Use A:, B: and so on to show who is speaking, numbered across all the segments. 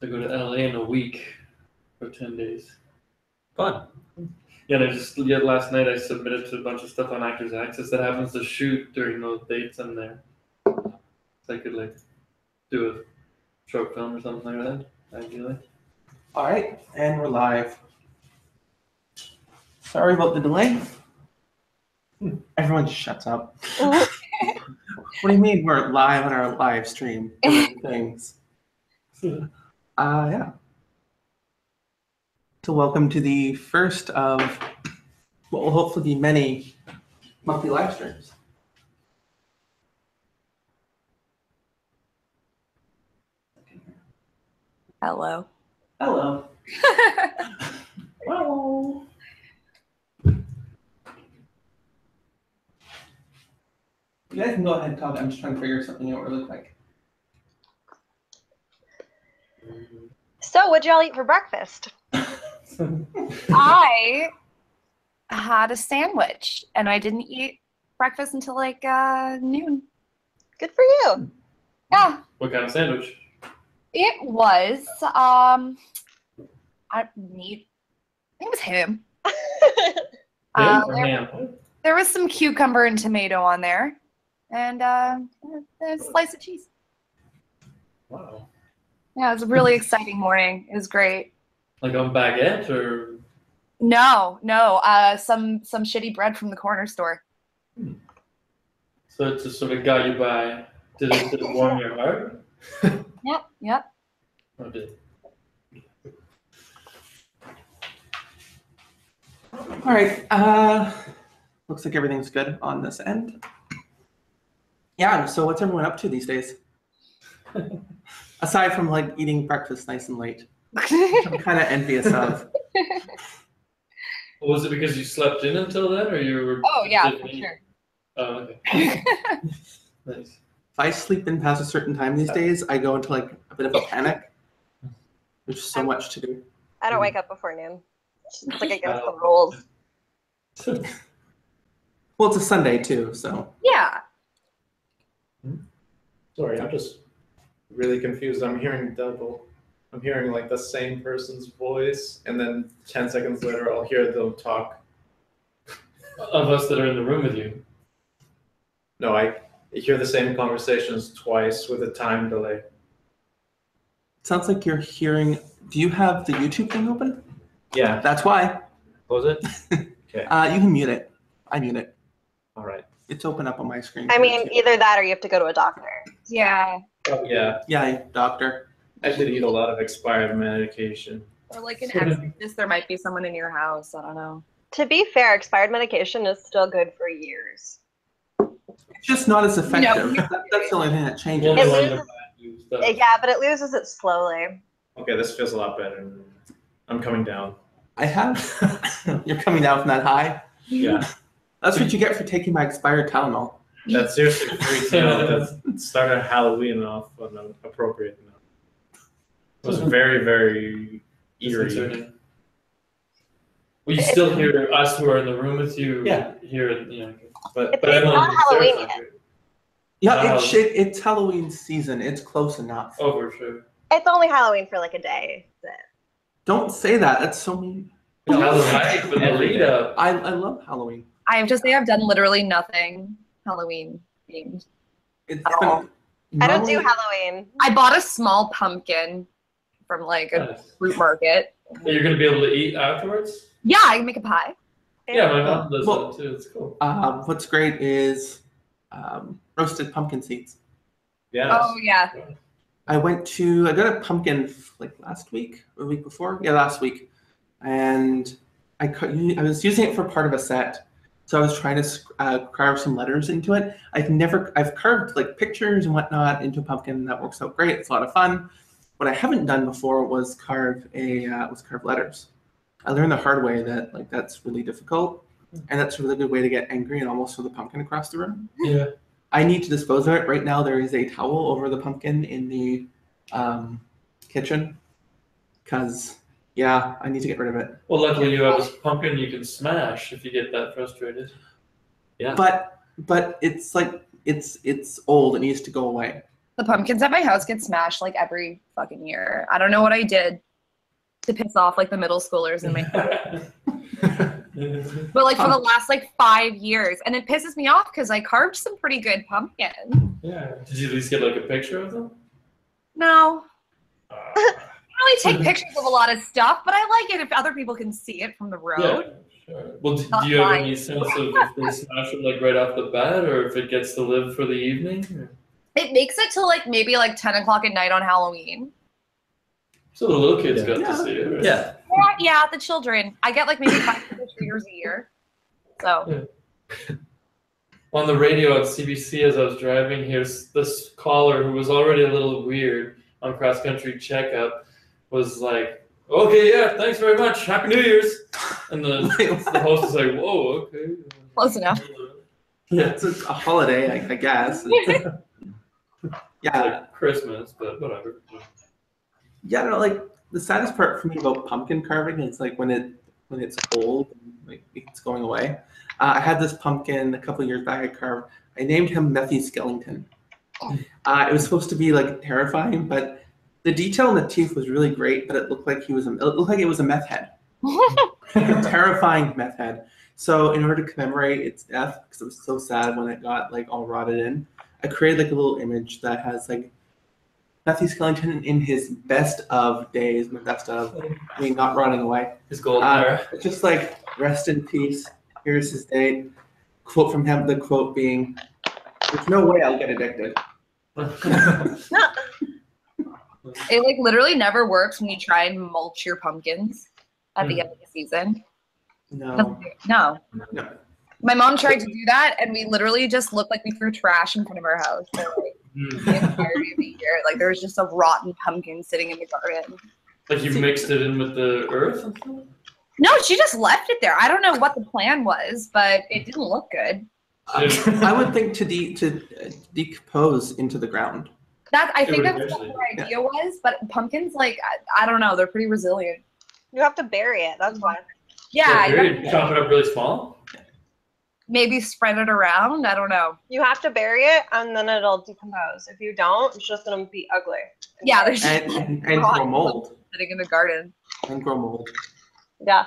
A: to go to LA in a week for ten days.
B: Fun.
A: Yeah, and I just yet last night I submitted to a bunch of stuff on Actors Access that happens to shoot during those dates in there. So I could like do a short film or something like that, ideally.
C: All right, and we're live. Sorry about the delay. Hmm, Everyone just shuts up. what do you mean we're live on our live stream? Doing Things. Uh, yeah. So welcome to the first of what will hopefully be many monthly live streams.
D: Hello.
C: Hello. Hello. You guys can go ahead and talk. I'm just trying to figure something out really quick.
E: So, what'd y'all eat for breakfast?
D: I had a sandwich and I didn't eat breakfast until like uh, noon.
E: Good for you.
D: Yeah,
A: What kind of sandwich?
D: it was. Um, I need. I think it was ham.
A: Ham
D: Uh,
A: or
D: there-
A: ham?
D: There was some cucumber and tomato on there, and uh, a slice of cheese.
A: Wow.
D: Yeah, it was a really exciting morning. It was great.
A: Like on baguette or
D: No, no, uh, some some shitty bread from the corner store.
A: so it just sort of got you by. Did it, did it warm your heart?
D: Yep, yep.
A: Or did it?
C: All right. Uh, looks like everything's good on this end. Yeah. So what's everyone up to these days? Aside from like eating breakfast nice and late, which I'm kind of envious of.
A: Was it because you slept in until then, or you were?
D: oh yeah,
A: didn't
D: for
A: eat?
D: sure.
A: Oh, okay. Nice.
C: If I sleep in past a certain time these days, I go into like a bit of a panic. There's so much to do.
E: I don't wake up before noon. It's like against the rules.
C: Well, it's a Sunday too, so
D: yeah.
B: Sorry, I'm just really confused. I'm hearing double. I'm hearing like the same person's voice, and then 10 seconds later, I'll hear them talk.
A: Of us that are in the room with you.
B: No, I hear the same conversations twice with a time delay.
C: it sounds like you're hearing. Do you have the YouTube thing open?
B: Yeah,
C: That's why.
B: was it?
C: Uh, you can mute it. I mute it.
B: All right.
C: It's open up on my screen.
E: I
C: here,
E: mean,
C: too.
E: either that or you have to go to a doctor.
D: Yeah.
B: Oh, yeah,
C: yeah, doctor.
B: I did eat a lot of expired medication.
D: Or like
A: an
D: an
A: Sort of.
D: exorcist, there might be someone in your house. I don't know.
E: To be fair, expired medication is still good for years.
C: It's just not as effective.
D: No.
C: That- that's the only thing that changes.
A: One
E: It
A: of
E: was-
A: the you stuff.
E: Yeah, but it loses it slowly.
B: Okay, this feels a lot better. I'm coming down.
C: I have. You're coming down from that high.
B: Yeah,
C: That's what you get for taking my expired Tylenol.
B: that seriously freaks me out. That started Halloween off on an appropriate note. It was very, very eerie.
A: Disconcerting. Well, you still hear us who are in the room with you.
C: Yeah.
A: Here, and, you know,
B: But
E: It's,
A: but
E: it's
A: everyone
E: not
A: is
E: Halloween
A: terrified.
E: yet.
C: Yeah,
A: Wow.
C: it's it, it's Halloween season. It's close enough.
A: Oh, for sure.
E: It's only Halloween for like a day.
C: Don't say that. That's so mean.
A: It's Halloween for the
B: Every
A: lead
B: day.
A: up.
C: I, I love Halloween.
D: I have to say, I've done literally nothing Halloween themed.
C: It's
D: Oh.
C: been,
E: I don't do
C: normally-
E: Halloween.
D: I bought a small pumpkin from like a
A: Nice.
D: fruit market.
A: You're gonna be able to eat afterwards.
D: Yeah, I can make a pie.
A: Yeah, my mom does
C: Well-
A: that too. It's cool.
C: Um, what's great is um, roasted pumpkin seeds.
B: Yeah.
D: Oh yeah.
C: I went to I got a pumpkin f- like last week or the week before. Yeah, last week, and I cou- I was using it for part of a set, so I was trying to sc- uh, carve some letters into it. I've never I've carved like pictures and whatnot into a pumpkin. and That works out great. It's a lot of fun. What I haven't done before was carve a uh, was carve letters. I learned the hard way that like that's really difficult, and that's a really good way to get angry and almost throw the pumpkin across the room.
A: Yeah.
C: I need to dispose of it right now. There is a towel over the pumpkin in the um, kitchen because, yeah, I need to get rid of it.
A: Well, luckily you have a pumpkin you can smash if you get that frustrated.
B: Yeah.
C: But but it's like it's it's old. It needs to go away.
D: The pumpkins at my house get smashed like every fucking year. I don't know what I did to piss off like the middle schoolers in my but like for the last like five years. And it pisses me off because I carved some pretty good pumpkins.
A: yeah. Did you at least get like a picture of them?
D: No.
A: Uh,
D: I don't really take pictures of a lot of stuff, but I like it if other people can see it from the road.
A: Yeah, sure. Well, do,
D: Not
A: do you have
D: mine.
A: any sense of if they smash it like right off the bat, or if it gets to live for the evening? or-
D: It makes it till like maybe like ten o'clock at night on Halloween.
A: So the little kids
F: Yeah.
A: got
C: Yeah.
A: to see it. Right?
F: Yeah.
D: Yeah, yeah, the children. I get like maybe five trick-or-treaters a year. So
A: on the radio at CBC as I was driving here, s- this caller who was already a little weird on cross country checkup was like, "Okay, yeah, thanks very much. Happy New Year's." And the the host is like, "Whoa, okay."
D: Close enough.
A: Yeah,
C: It's a, a holiday, I, I guess. It's-
A: it's
C: yeah,
A: like Christmas, but whatever.
C: yeah. No, like the saddest part for me about pumpkin carving is like when it when it's old, and, like it's going away. Uh, I had this pumpkin a couple years back. I carved. I named him Methy Skellington. Uh, it was supposed to be like terrifying, but the detail in the teeth was really great. But it looked like he was. A, it looked like it was a meth head. a terrifying meth head. So in order to commemorate its death, because it was so sad when it got like all rotted in, I created like a little image that has like Matthew Skellington in his best of days, my best of, I mean not rotting away.
A: His golden
C: Uh,
A: era.
C: It's just like rest in peace. Here's his date. Quote from him. The quote being, "There's no way I'll get addicted."
D: It like literally never works when you try and mulch your pumpkins at the end of the season.
C: No.
D: No.
C: No.
D: My mom tried to do that, and we literally just looked like we threw trash in front of our house. for, like,
A: Mm.
D: the entirety of the year. Like there was just a rotten pumpkin sitting in the garden.
A: like you mixed it in with the earth. and stuff?
D: No, she just left it there. I don't know what the plan was, but it didn't look good.
C: I I would think to de- to uh, decompose into the ground.
D: That I
A: It
D: think
A: would
D: that's what
A: eventually-
D: her idea was, but pumpkins, like I, I don't know, they're pretty resilient.
E: You have to bury it. That's why.
D: Yeah,
A: Like, you chop it up really small.
D: maybe spread it around. I don't know.
E: You have to bury it, and then it'll decompose. If you don't, it's just gonna be ugly.
D: Yeah, there's
C: and, and, and grow mold
D: sitting in the garden.
C: and grow mold.
E: yeah.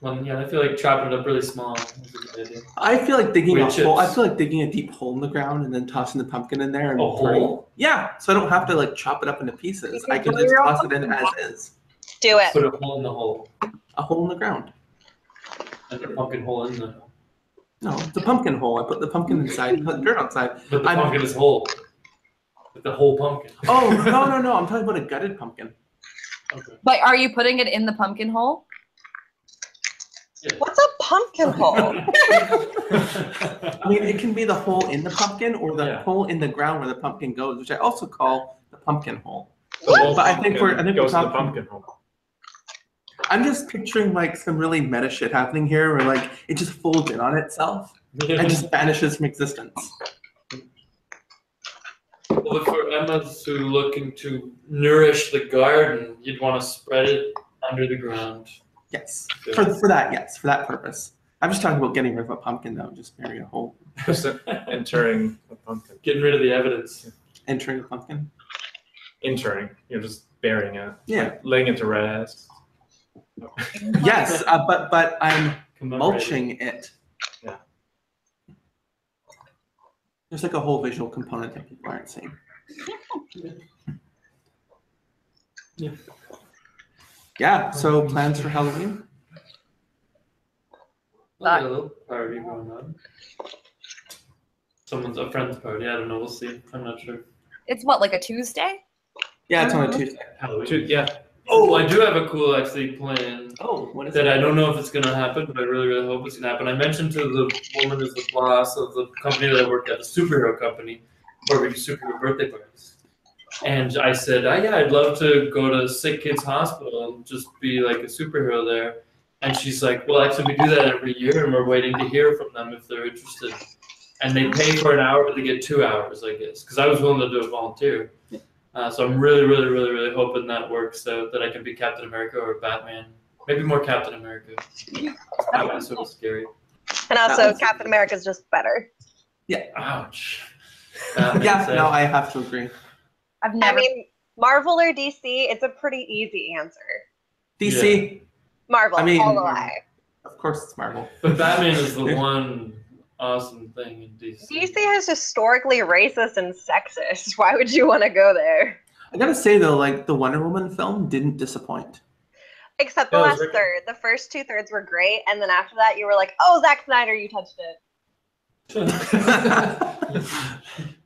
A: Well, yeah, I feel like chopping it up really small. Is a good idea.
C: I feel like digging
A: With
C: a hole. I
A: chips.
C: feel like digging a deep hole in the ground and then tossing the pumpkin in there
A: A
C: and burning-
A: hole.
C: Yeah, so I don't have to like chop it up into pieces.
D: You
C: I can
D: can
C: just
D: grow your
C: toss
D: own
C: it in as
D: pumpkin.
C: is. Oh,
E: Do it.
A: Put a hole in the hole.
C: A hole in the ground.
A: And a pumpkin hole in the hole.
C: No, it's a pumpkin hole. I put the pumpkin inside and put dirt outside.
A: But the
C: I'm-
A: pumpkin is whole. But the whole pumpkin.
C: Oh no no no! I'm talking about a gutted pumpkin.
A: Okay.
D: But are you putting it in the pumpkin hole?
E: What's a pumpkin hole?
C: I mean, it can be the hole in the pumpkin or the
A: Yeah.
C: hole in the ground where the pumpkin goes, which I also call the pumpkin hole.
B: But
C: I think we're- I think we're
B: goes to the
C: talking-
B: pumpkin hole.
C: I'm just picturing like some really meta shit happening here, where like it just folds in on itself and just vanishes from existence.
A: Well, for Emma's who looking to nourish the garden, you'd want to spread it under the ground.
C: Yes.
A: Yeah.
C: For, for that, yes, for that purpose. I'm just talking about getting rid of a pumpkin though, just bury a hole,
B: Just interring a pumpkin.
A: Getting rid of the evidence.
C: entering a pumpkin.
B: Interring. You're just burying it.
C: Yeah.
B: Laying it to rest.
C: Yes, uh, but but I'm
A: commemorate it.
C: mulching it.
B: Yeah.
C: There's like a whole visual component that people aren't seeing.
A: Yeah.
C: Yeah, so plans for Halloween?
A: Like a little party going on. Someone's a friend's party. I don't know. We'll see. I'm not sure.
D: It's what, like a Tuesday?
C: Yeah, it's on a Tuesday.
A: Halloween.
B: Two- yeah.
A: Oh, I do have a cool actually plan.
C: Oh, what is
A: that
C: it?
A: I don't know if it's gonna happen, but I really, really hope it's gonna happen. I mentioned to the woman who's the boss of the company that I work at, the superhero company, where we do superhero birthday parties. And I said, oh, yeah, I'd love to go to Sick Kids Hospital and just be like a superhero there. And she's like, well, actually, we do that every year, and we're waiting to hear from them if they're interested. And they pay for an hour, but they get two hours, I guess, because I was willing to do it volunteer. Uh, so I'm really, really, really, really hoping that works out, that I can be Captain America or Batman. Maybe more Captain America. That was so scary.
E: And
C: That
E: also,
C: one's-
E: Captain America's just better.
A: Ouch. Um,
C: Yeah,
A: so-
C: no, I have to agree.
D: I've
E: I
D: never.
E: mean, Marvel or DC, it's a pretty easy answer.
C: DC,
E: Marvel,
C: I mean,
E: all the
C: Marvel.
E: way.
C: of course, it's Marvel.
A: But Batman is the one awesome thing in DC.
E: DC is historically racist and sexist. Why would you want to go there?
C: I gotta say though, like the Wonder Woman film didn't disappoint.
E: Except the
B: Yeah, it
E: last
B: was written-
E: third. The first two thirds were great, and then after that, you were like, "Oh, Zack Snyder, you touched it."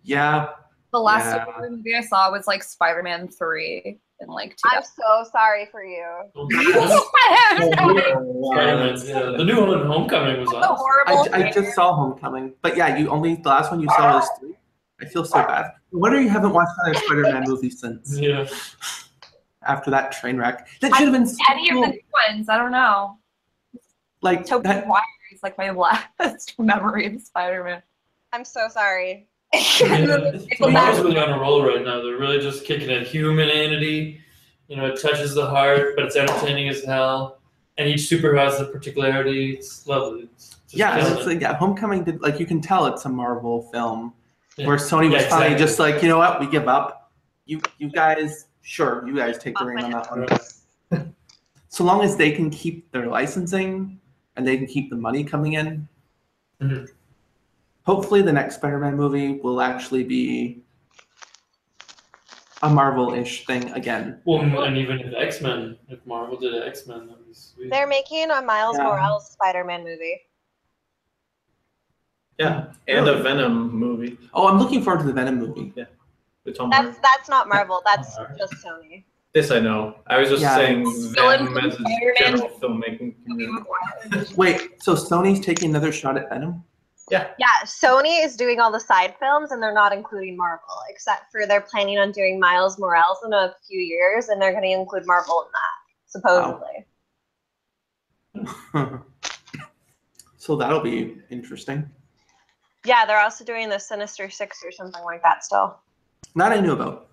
C: yeah,
D: The last
C: Yeah.
D: Superman movie I saw was like Spider Man 3 in like two.
E: I'm so sorry for you.
D: the
A: Spider-Man, yeah. The new one, Homecoming, was awesome.
D: horrible.
C: I, Oh, I just saw Homecoming, but yeah, you only the last one you saw was three. I feel so bad. No wonder you haven't watched another Spider-Man movie since
A: Yeah.
C: after that train wreck. That should have been so
D: any of the
C: cool.
D: new ones. I don't know.
C: like
D: Toby
C: that,
D: Maguire is like my last memory of Spider Man.
E: I'm so sorry.
A: Yeah.
D: the
A: Marvel's
D: last-
A: really on a roll right now. They're really just kicking at humanity. You know, it touches the heart, but it's entertaining as hell. And each super has a particularity. It's lovely. It's just
C: yeah, and
A: killing
C: it's
A: it.
C: like, yeah, Homecoming did like you can tell it's a Marvel film
A: Yeah.
C: where Sony was
A: Yeah,
C: finally
A: exactly.
C: just like, you know what, we give up. You you guys, sure, you guys take the
E: Off
C: reign
E: my
C: on that one.
A: Right.
C: So long as they can keep their licensing and they can keep the money coming in.
A: Mhm.
C: Hopefully, the next Spider-Man movie will actually be a Marvel-ish thing again.
A: Well, and even if X Men, if Marvel did X Men, that'd be sweet.
E: They're making a Miles
C: Yeah.
E: Morales Spider-Man movie.
B: Yeah, and a Venom movie
C: Oh, I'm looking forward to the Venom movie.
B: with Tom
E: That's
B: Hardy.
E: that's not Marvel. That's
A: Alright.
E: just Sony.
B: This I know. I was just
C: Yeah.
B: saying
D: Still
B: Venom
D: include
B: as a
D: Spider-Man.
B: general filmmaking.
D: Toby
B: community.
D: Maguire.
C: Wait, so Sony's taking another shot at Venom?
E: Yeah, Sony is doing all the side films, and they're not including Marvel, except for they're planning on doing Miles Morales in a few years, and they're going to include Marvel in that supposedly.
C: so that'll be interesting.
E: Yeah, they're also doing the Sinister Six or something like that still,
C: That I knew about.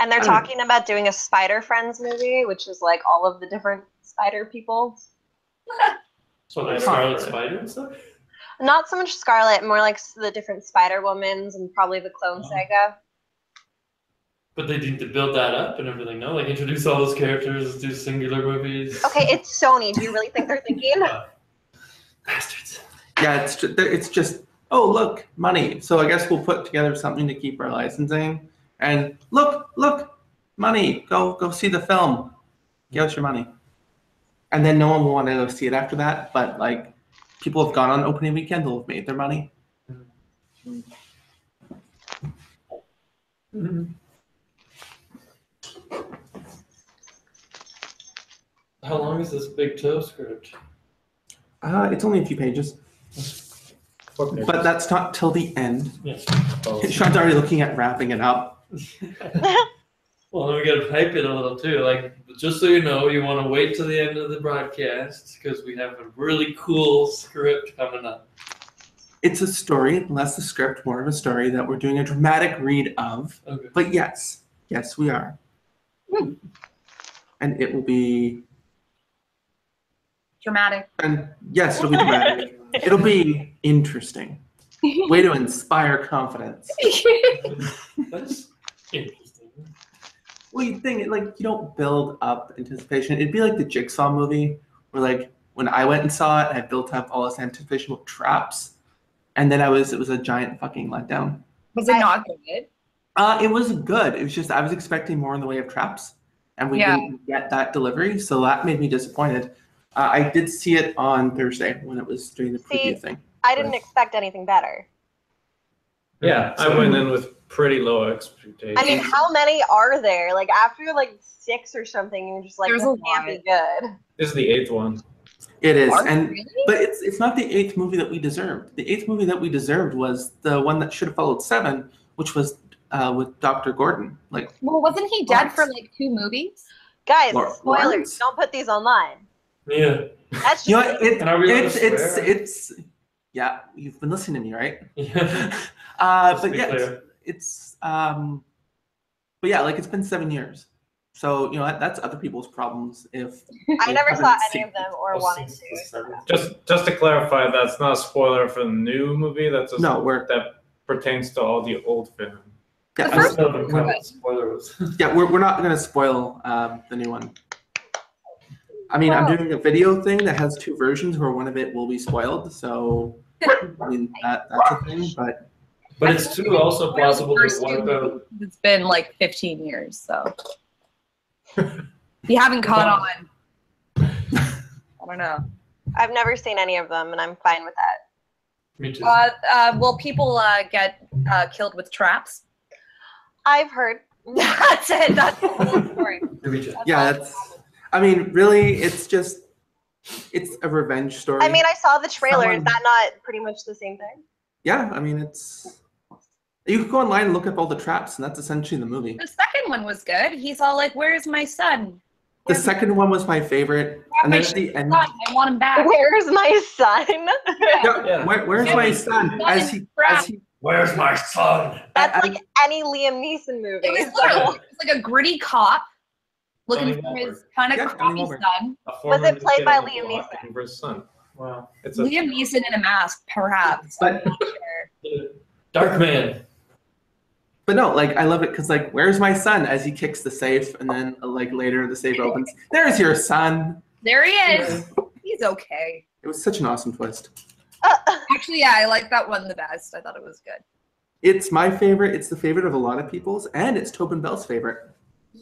E: and they're
C: Hmm.
E: talking about doing a Spider Friends movie, which is like all of the different Spider people.
A: So like Scarlet Spider and stuff.
E: Not so much Scarlet, more like s- the different Spider Womans and probably the Clone
A: Oh.
E: Saga.
A: But they need to build that up and everything. No, like introduce all those characters, do singular movies.
E: Okay, it's Sony. Do you really think they're thinking?
A: Bastards.
C: Yeah, it's ju- it's just oh look money. So I guess we'll put together something to keep our licensing. And look, look, money. Go go see the film. Give us your money. And then no one will want to go see it after that. But like, people have gone on opening weekend. They'll have made their money.
A: How long is this big toe script?
C: Uh, it's only a few pages,
B: Fuck me.
C: but that's not till the end.
A: Yes.
B: Oh.
C: Sean's already looking at wrapping it up.
A: Well, then we gotta pipe it a little too. Like, just so you know, you want to wait till the end of the broadcast because we have a really cool script coming up.
C: It's a story, less a script, more of a story that we're doing a dramatic read of.
A: Okay.
C: But yes, yes, we are.
D: Hmm.
C: And it will be,
D: Dramatic.
C: and yes, it'll be dramatic. it'll be interesting. Way to inspire confidence.
A: That's interesting.
C: Well, you think like you don't build up anticipation. It'd be like the Jigsaw movie, where like when I went and saw it, I built up all this anticipation with traps, and then I was it was a giant fucking letdown.
D: Was it not good?
C: Uh, it was good. It was just I was expecting more in the way of traps, and we
D: Yeah.
C: didn't get that delivery, so that made me disappointed. Uh, I did see it on Thursday when it was doing the preview
E: See,
C: thing.
E: I didn't expect anything better.
B: Yeah, I went in with pretty low expectations.
E: I mean, how many are there? Like after like six or something, you're just like,
D: There's
E: this
D: a
E: can't be good.
B: this is the eighth one.
C: It is,
D: Mark,
C: and
D: really?
C: but it's it's not the eighth movie that we deserved. The eighth movie that we deserved was the one that should have followed seven, which was uh, with Doctor Gordon. Like
D: Well, wasn't he dead
C: Lawrence.
D: for like two movies?
E: Guys,
C: Lawrence?
E: spoilers. Don't put these online.
A: Yeah.
E: That's just
C: you know, what? it,
A: And are we allowed to
C: it's it's
A: swear?
C: it's yeah. You've been listening to me, right?
A: Yeah.
C: Uh,
A: Just to
C: but
A: be
C: yeah, it's-
A: clear.
C: it's um but yeah like it's been seven years so you know that, that's other people's problems if
E: I
C: they
E: never
C: haven't
E: saw any
C: seen
E: of them or
A: Well,
E: wanted
A: six
E: to.
A: to seven.
B: Just just to clarify, that's not a spoiler for the new movie. That's just
C: no we're
B: that pertains to all the old Venom.
C: Yeah,
D: The
C: I'm sorry.
D: first
A: still don't know what the spoiler was.
C: yeah we're, we're not going to spoil um, the new one. I mean, I'm
E: Wow.
C: doing a video thing that has two versions where one of it will be spoiled. So, I mean, that, that's a thing. But
A: But it's too also possible to wipe out
D: It's been like 15 years, so. you haven't caught on. I don't know.
E: I've never seen any of them, and I'm fine with that.
A: me too.
D: Uh, uh, will people uh, get uh, killed with traps?
E: I've heard.
D: That's it. That's the whole story.
A: Maybe just-
D: That's
C: yeah,
D: all.
C: that's. I mean, really, it's just it's a revenge story.
E: I mean, I saw the trailer.
C: Someone-
E: Is that not pretty much the same thing?
C: yeah, I mean, it's. You could go online and look up all the traps, and that's essentially the movie.
D: The second one was good. He's all like, "Where's my son?
C: The
D: Where's
C: second one was my favorite, and then at the end,
D: my son? I want him back."
E: Where's my son?
C: yeah,
A: Yeah.
C: where, where's my son?
D: Son
C: As
D: is
C: he,
D: trapped.
C: as he,
A: Where's my son?
E: That's
C: I- I-
E: like any Liam Neeson movie.
D: It was literally it was like a gritty cop looking
A: Johnny
D: for
A: Walker.
D: his kind of
C: Yeah, Johnny
D: crappy
C: Walker.
D: son,
B: A former
E: it played
B: kid
E: by
B: on the
E: Liam
B: block
E: Neeson?
B: looking for his son.
A: Wow.
B: It's a
D: Liam Neeson in a mask, perhaps. I'm
C: but
D: not sure.
A: Dark man.
C: but no, like I love it because like where's my son? As he kicks the safe, and then uh, like later the safe opens. There's your son.
D: There he is. He's okay.
C: It was such an awesome twist.
E: Uh,
D: Actually, yeah, I like that one the best. I thought it was good.
C: It's my favorite. It's the favorite of a lot of people's, and it's Tobin Bell's favorite.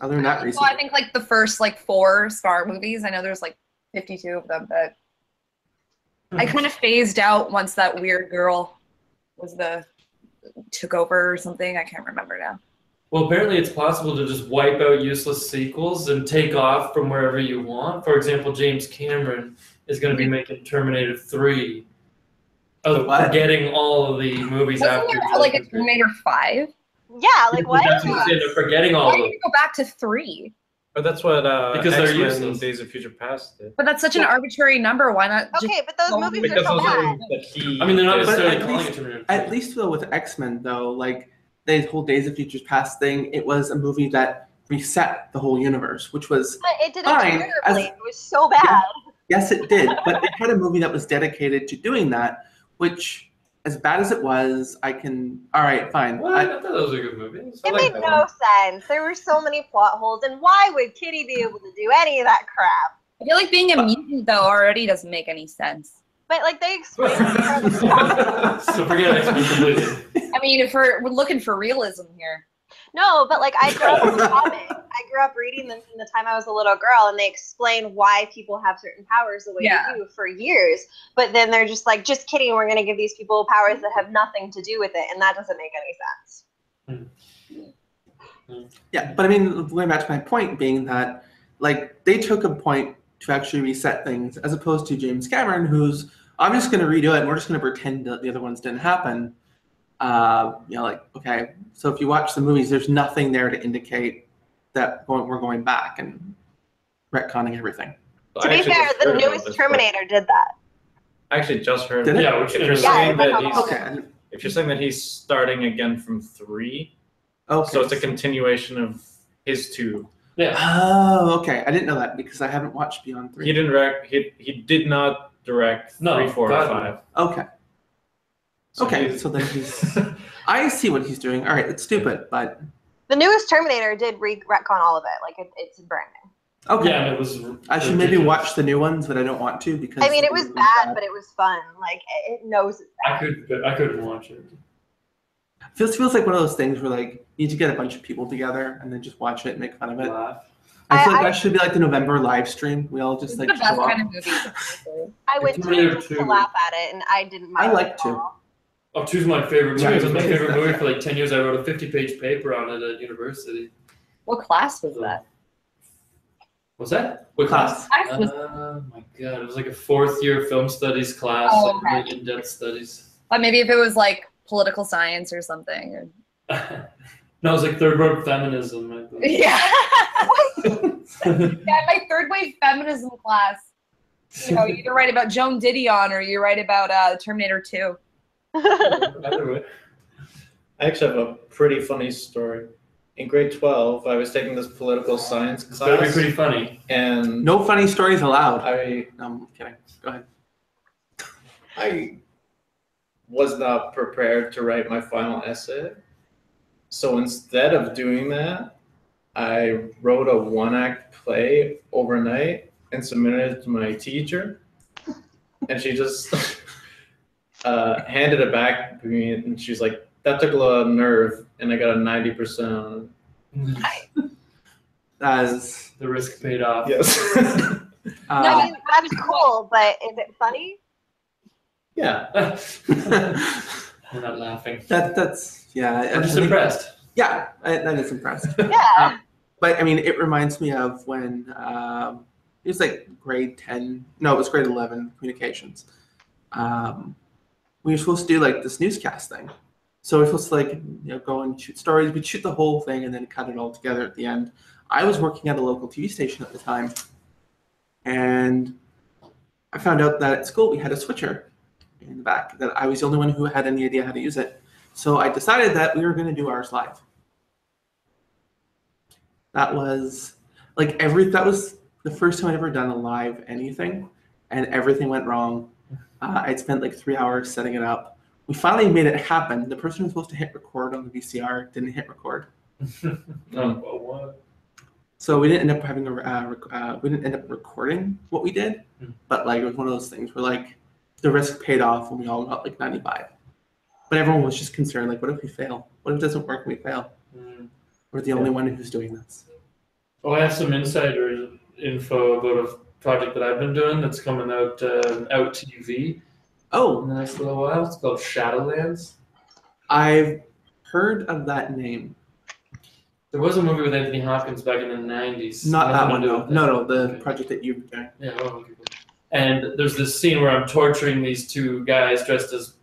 C: Other than that,
D: Well, I
C: recently,
D: think like the first like four Star movies. I know there's like 52 of them, but I kind of phased out once that weird girl was the took over or something. I can't remember now.
A: Well, apparently it's possible to just wipe out useless sequels and take off from wherever you want. For example, James Cameron is going to be making Terminator 3, of
C: Mm-hmm. What?
A: forgetting all of the movies
D: Wasn't
A: after.
D: there like a Terminator Five?
E: yeah, like what?
A: That's what I'm saying, they're forgetting all
D: Why
A: of
D: did
A: them.
D: you go back to three?
B: But that's what uh,
A: Because they're
B: X-Men
A: useless.
B: Days of Future Past did.
D: But that's such an arbitrary number. Why not? Just,
E: Okay, but those
D: Well,
E: movies are
B: Because
E: so
B: those are
E: bad.
B: the that he
A: I mean, they're not
B: did.
A: necessarily
C: at
A: calling
C: least-
A: it Terminator 3.
C: at least though with X Men though, like the whole Days of Futures Past thing, it was a movie that reset the whole universe, which was
E: But it didn't
C: Fine,
E: terribly.
C: as-
E: It was so bad.
C: Yeah. Yes, it did. But they had a movie that was dedicated to doing that, which, as bad as it was, I can. All right, fine.
A: What? I
C: I,
A: thought that was a good movie. I
E: It
A: like
E: made
A: that
E: no
A: one.
E: sense. There were so many plot holes, and why would Kitty be able to do any of that crap?
D: I feel like being a mutant though already doesn't make any sense.
E: But like they explained it from the start.
A: so forget X-Men completely.
D: I mean, if we're, we're looking for realism here,
E: No, but like I grew up with comics. I grew up reading them from the time I was a little girl, and they explain why people have certain powers the way
D: Yeah.
E: they do for years. But then they're just like, just kidding. We're gonna give these people powers that have nothing to do with it, and that doesn't make any sense.
C: yeah, but I mean, going back to my point being that, like, they took a point to actually reset things, as opposed to James Cameron, who's I'm just going to redo it, and we're just going to pretend that the other ones didn't happen. Uh, you know, like, okay, so if you watch the movies, there's nothing there to indicate that going- we're going back and retconning everything.
B: I
E: to be
B: actually
E: fair,
B: just
E: the
B: heard about
E: newest
B: this,
E: Terminator did that.
B: but I actually just heard.
C: Did it?
A: Yeah, which
B: If you're
A: is-
E: Yeah,
B: saying
E: it's like
B: that
E: a
B: he's
E: lot.
C: Okay. I didn't-
B: if you're saying that he's starting again from three,
C: Okay.
B: so it's a continuation of his two.
A: Yeah.
C: Oh, okay. I didn't know that because I haven't watched Beyond Three.
B: He didn't direct. He he did not direct
A: No,
B: three, four,
A: God,
B: or five.
C: Okay. Okay.
B: he's-
C: So then he's. I see what he's doing. All right. It's stupid, but
E: The newest Terminator did re- retcon all of it. Like it, it's brand new.
C: okay.
A: Yeah, and it was.
C: I should maybe watch the new ones, but I don't want to because.
E: I mean, it was
C: they're
E: bad, but it was fun. Like it, it knows it's
A: I
E: bad.
A: could. I couldn't watch it.
C: feels feels like one of those things where like you need to get a bunch of people together and then just watch it and make fun of it.
A: Laugh.
C: I feel
E: I-
C: like
E: I-
C: that should be like the November live stream. We all
D: it's
C: just like
D: the best
C: chill out.
D: kind of movie.
E: I went to
A: Terminator
E: it just to
A: two.
E: laugh at it, and I didn't
C: I
E: mind.
C: like
E: it at
C: two.
E: all.
A: Oh, choose my favorite movie. It was my
C: Choose-
A: favorite movie for like ten years. I wrote a fifty-page paper on it at university.
D: what class was that?
A: Was that what
C: class.
D: Class was.
A: Oh my god! It was like a fourth-year film studies class,
D: Oh,
A: like really in-depth studies.
D: But maybe if it was like political science or something.
A: no, it was like third world feminism. I believe.
D: Yeah. Oh,
A: yeah,
D: yeah, my third wave feminism class. You know, you either write about Joan Didion or you write about uh, Terminator 2. Uh,
A: Either way.
B: I actually have a pretty funny story. In grade twelve, I was taking this political science
A: It's gotta be
B: class,
A: pretty funny.
B: and
C: No funny stories allowed.
B: I
C: No, I'm kidding. Go ahead.
B: I was not prepared to write my final essay. So instead of doing that, I wrote a one act play overnight and submitted it to my teacher. And she just uh, handed it back to me and she's like, that took a lot of nerve. And I got a 90% on it.
C: As
A: The risk paid off.
B: Yes.
E: No, I
C: uh,
E: mean, that's cool, but is it funny?
B: yeah.
A: We're not laughing.
C: that that's yeah. I
A: I'm just
C: think-
A: impressed.
C: Yeah, I, that is impressive.
D: Uh,
E: Yeah.
C: But I mean, it reminds me of when um, it was like grade 10. No, it was grade 11 communications. Um, we were supposed to do like this newscast thing. So we are supposed to like you know, go and shoot stories. We'd shoot the whole thing and then cut it all together at the end. I was working at a local TV station at the time. And I found out that at school we had a switcher in the back, that I was the only one who had any idea how to use it. So I decided that we were going to do ours live that was like every that was the first time I'd ever done a live anything, and everything went wrong. Uh, I'd spent like three hours setting it up. We finally made it happen. The person who was supposed to hit record on the VCR didn't hit record,
B: Um,
A: Well, Oh, what?
C: so we didn't end up having a uh, rec- uh, we didn't end up recording what we did.
A: Hmm.
C: But like it was one of those things where like the risk paid off, and we all got like ninety five. But everyone was just concerned like, what if we fail? What if it doesn't work and we fail?
A: Mm.
C: We're the only one who's doing this.
A: Well, I have some insider info about a project that I've been doing that's coming out uh, out TV in
C: Oh,
A: the next little while. It's called Shadowlands.
C: I've heard of that name.
A: There was a movie with Anthony Hopkins back in the nineties.
C: Not that one,
A: Nothing to do
C: no.
A: with
C: No, no, the
A: Okay.
C: project that you were doing.
A: Yeah, well, okay, cool. And there's this scene where I'm torturing these two guys dressed as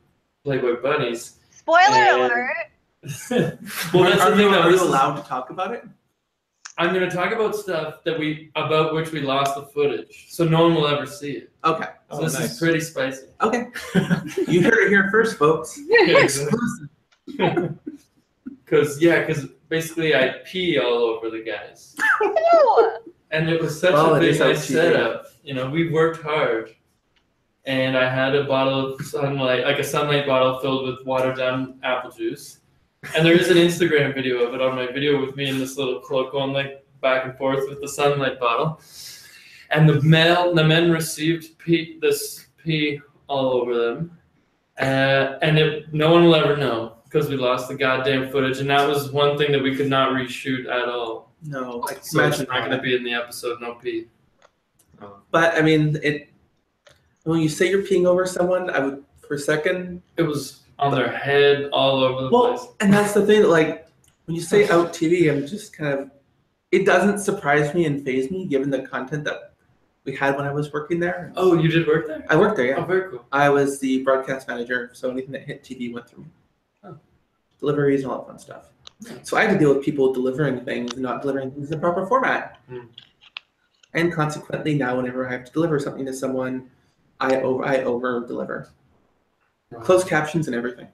A: Playboy bunnies.
E: Spoiler
A: Yeah.
E: alert.
A: well, that's
C: are
A: the thing
C: you,
A: though.
C: are
A: this
C: you
A: is-
C: allowed to talk about it?
A: I'm gonna talk about stuff that we about which we lost the footage, so no one will ever see it.
C: Okay.
A: So
B: Oh,
A: this is
B: nice.
A: pretty spicy.
C: Okay. you heard it here first, folks.
A: Cause yeah, cause basically I pee all over the guys,
E: Ew.
A: and it was such
C: Well,
A: a
C: Oh, it
A: big
C: is how
A: nice
C: she did it.
A: setup. You know, we worked hard, and I had a bottle of sunlight, like a sunlight bottle filled with watered down apple juice, and there is an Instagram video of it on my video with me in this little cloak going like back and forth with the sunlight bottle, and the male, the men received pee, this pee all over them. Uh, and it, no one will ever know because we lost the goddamn footage, and that was one thing that we could not reshoot at all.
C: No, I can
A: So
C: imagine
A: it's not going to be in the episode. No pee.
C: But I mean, it. When you say you're peeing over someone, I would for a second.
A: It was on their head, all over the place.
C: Well, and that's the thing. Like when you say out TV, I'm just kind of. It doesn't surprise me and phase me, given the content that we had when I was working there.
A: Oh, you did work there?
C: I worked there. Yeah.
A: Oh, very cool.
C: I was the broadcast manager, so anything that hit TV went through me.
A: Oh.
C: Deliveries and all that fun stuff. So I had to deal with people delivering things and not delivering things in the proper format.
A: Hmm.
C: And consequently, now whenever I have to deliver something to someone, I over I over deliver. Closed captions and everything.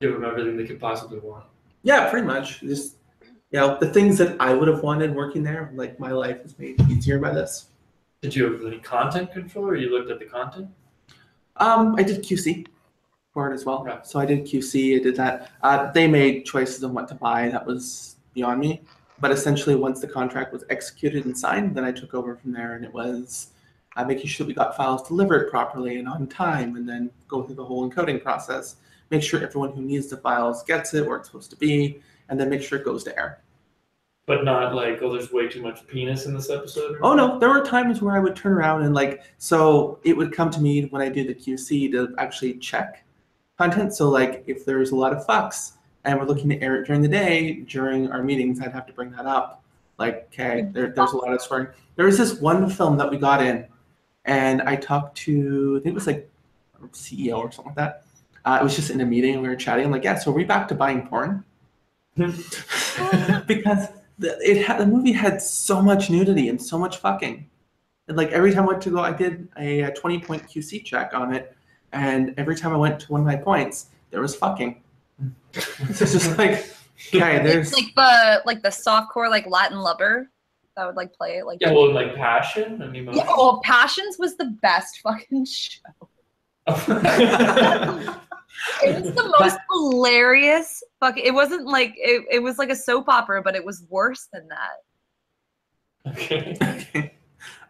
A: Give them everything they could possibly want.
C: Yeah, pretty much. Just you know, the things that I would have wanted working there, like my life is made easier by this.
A: Did you have any content control, or you looked at the content?
C: Um, I did QC for it as well.
A: Right.
C: So I did QC. I did that. Uh, they made choices on what to buy. That was beyond me. But essentially, once the contract was executed and signed, then I took over from there, and it was uh, making sure that we got files delivered properly and on time, and then go through the whole encoding process, make sure everyone who needs the files gets it where it's supposed to be, and then make sure it goes to air.
A: But not like, oh, there's way too much penis in this episode. or-
C: Oh no, there were times where I would turn around and like so it would come to me when I do the QC to actually check content. So like if there's a lot of fucks and we're looking to air it during the day, during our meetings, I'd have to bring that up. Like, okay, there, there's a lot of swearing. There was this one film that we got in, and I talked to I think it was like CEO or something like that. Uh, it was just in a meeting and we were chatting. I'm like, yeah, so are we back to buying porn? because the, it had, the movie had so much nudity and so much fucking. And like every time I went to go, I did a, uh 20 point QC check on it. And every time I went to one of my points, there was fucking. so it's just like, okay,
D: It's
C: there's.
D: like the like the softcore like Latin lover that would like play it like
A: Yeah, well, like passion and emotion.
D: Yeah, oh, Passions was the best fucking show. It was the most hilarious fucking. It wasn't like it, it was like a soap opera, but it was worse than that.
A: okay.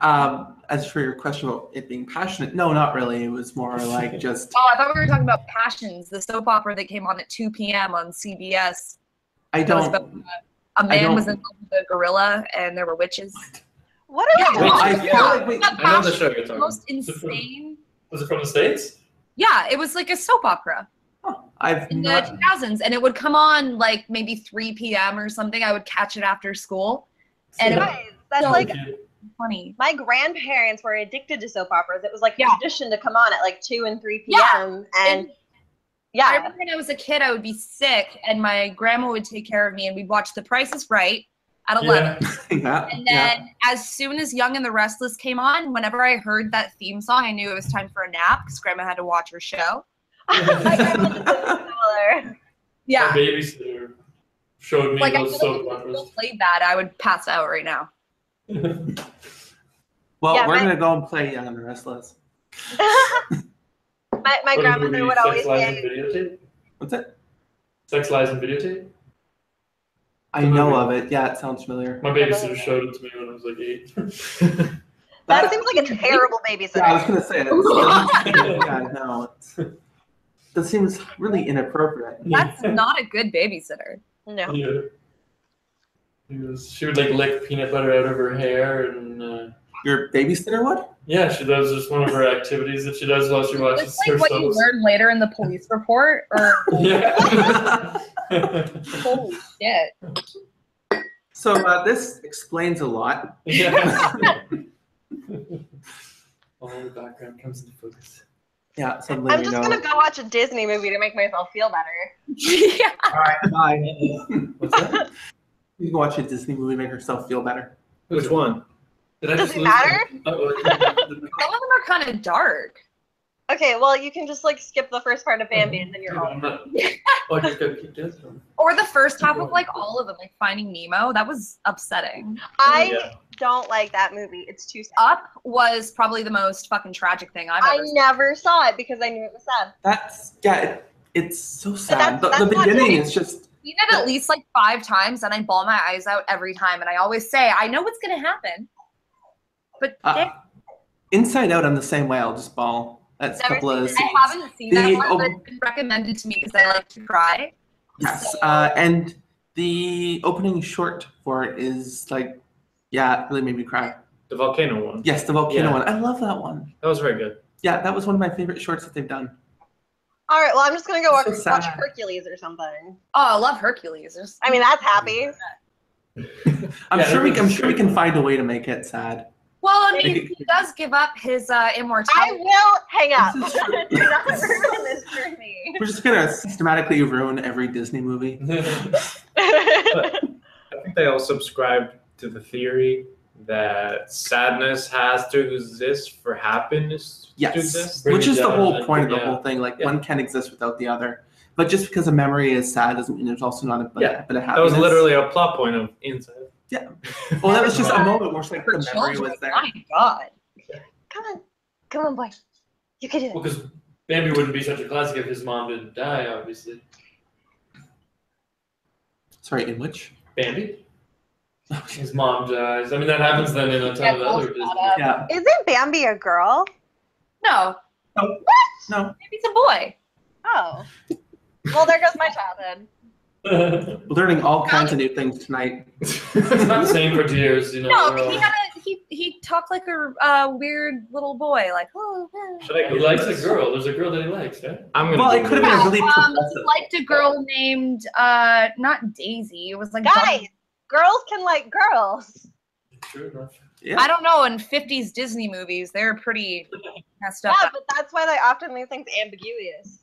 C: um, as for your question about it being passionate, no, not really. It was more like just
D: Oh, I thought we were talking about Passions, the soap opera that came on at 2 p.m. on CBS.
C: I
D: That was
C: don't.
D: about- uh, A
C: don't-
D: man was in love with a gorilla, and there were witches.
E: What are we
D: Yeah.
C: Well,
E: doing?
C: I feel like we-
D: Not
B: I know the
D: Passions,
B: show you're
D: the
B: talking about.
D: most insane.
A: Was it from the States?
D: Yeah, it was like a soap opera
C: I've
D: in the
C: not.
D: 2000s, and it would come on like maybe 3 p.m. or something. I would catch it after school. And it was
E: Guys, that's
D: No.
E: like
D: funny.
E: my grandparents were addicted to soap operas. It was like
D: Yeah.
E: tradition to come on at like two and three
D: Yeah.
E: p.m. and
D: I
E: yeah,
D: remember when I was a kid, I would be sick, and my grandma would take care of me, and we'd watch The Price is Right at 11.
A: Yeah.
C: Yeah, yeah.
D: And then as soon as Young and the Restless came on, whenever I heard that theme song, I knew it was time for a nap because grandma had to watch her show.
E: my grandma did something similar.
A: My babysitter showed me
D: Like I
A: those
D: feel
A: soap
D: like if I still
A: operas.
D: played that, I would pass out right now.
C: Well,
E: Yeah,
C: we're
E: my-
C: gonna go and play Young and the Restless.
E: my my
A: What a
E: grandmother
A: movie,
E: would
A: Sex,
E: always
A: Lies,
E: say,
A: and Videotape?
C: What's it?
A: Sex, Lies, and Videotape?
C: I know of it. Yeah, it sounds familiar.
A: My babysitter showed it to me when I was like eight.
E: "That
C: That-
E: seems like a terrible babysitter."
C: yeah, I was gonna say it. yeah, no, it's, that seems really inappropriate.
D: That's not a good babysitter.
E: no,
A: Yeah. He was- she would like lick peanut butter out of her hair, and uh,
C: Your babysitter would?
A: yeah, she does just one of her activities that she does while she watches
D: It's like what you
A: herself.
D: learn later in the police report, or
A: Yeah.
D: holy shit.
C: So uh, this explains a lot.
A: yeah. All the background comes into focus.
C: Yeah, suddenly
E: I'm
C: we
E: just
C: know.
E: gonna go watch a Disney movie to make myself feel better.
D: yeah.
C: All right, bye.
A: What's that?
C: You can watch a Disney movie, make yourself feel better.
B: Which one?
A: Did I
E: Does
A: just
E: it
A: lose Oh,
E: matter?
A: my- Uh-oh.
D: Some of them are kind of dark.
E: Okay, well you can just like skip the first part of Bambi
C: Mm-hmm.
E: and then you're home.
A: I'm not- Oh, I just gotta keep doing something.
D: Or the first half of like all of them, like Finding Nemo. That was upsetting.
B: Oh,
E: I
A: Yeah.
E: don't like that movie. It's too sad.
D: Up was probably the most fucking tragic thing I've
E: I
D: ever seen.
E: never saw it because I knew it was sad.
C: That's yeah, it, it's so sad.
E: that's-
C: the the
E: that's not
C: beginning
E: right.
C: is just
D: seen it at least like five times and I ball my eyes out every time and I always say, I know what's gonna happen. But
C: uh,
D: damn,
C: inside out. I'm the same way. I'll just ball. That's a
E: Never
C: couple of oh.
D: I
C: scenes.
D: haven't seen that
C: The-
D: one, but it's been recommended to me because I like to cry.
C: Yes, uh, and the opening short for it is like, yeah, it really made me cry.
B: The volcano one.
C: Yes, the volcano
B: Yeah.
C: one. I love that one.
B: That was very good.
C: Yeah, that was one of my favorite shorts that they've done.
E: All right, well I'm just gonna go watch,
C: So
E: watch
C: sad.
E: Hercules or something.
D: Oh, I love Hercules. There's-
E: I mean that's happy.
C: I'm
A: Yeah,
C: sure
A: that
C: we,
A: was
C: I'm
A: a
C: sure we
A: great
C: can
A: one.
C: find a way to make it sad.
D: well, I
E: Like-
D: mean, he does give up his uh,
E: I
D: immortality.
E: will hang up.
C: This is true.
E: Do not ruin this for me.
C: We're just gonna systematically ruin every Disney movie.
B: I think they all subscribed to the theory that sadness has to exist for happiness to
C: Yes,
B: exist.
A: Bring
C: which
A: it
C: is the
A: down,
C: whole
A: like,
C: point of the
A: yeah.
C: whole thing. Like
B: Yeah.
C: one can't exist without the other. But just because a memory is sad doesn't mean there's also not a bit,
B: Yeah,
C: bit of
B: That
C: happiness.
B: was literally a plot point of Inside.
C: Yeah. Well, that was just a moment where it's like
D: for
C: the memory
D: children.
C: was there.
D: My God.
E: Come on. Come on, boy. You can do it.
A: Well, because Bambi wouldn't be such a classic if his mom didn't die, obviously.
C: Sorry, in which?
A: Bambi? His mom dies. I mean, that happens then in a ton
D: Yeah,
A: of the
D: both
A: other Disney.
D: got up.
C: Yeah.
E: Isn't Bambi a girl?
D: uh, No,
C: No.
D: maybe it's a boy.
E: Oh. Well, there goes my childhood.
A: it's
C: We're learning all kinds of new things tonight.
A: not the same for years, you know.
D: No,
A: we're
D: but he
A: all-
D: had a he he talked like a uh, weird little boy, like oh. oh.
B: Should I
A: he likes a girl. There's a girl that he likes, right?
B: I'm gonna.
C: Well, it
B: Google
C: could have been
B: this.
C: a really
D: um,
C: progressive.
D: liked a girl named uh not Daisy. It was like
E: Guys, girls can like girls.
A: True enough.
C: Yeah.
D: I don't know. In fifties Disney movies, they're pretty messed
E: Yeah,
D: up.
E: but that's why they often leave things ambiguous.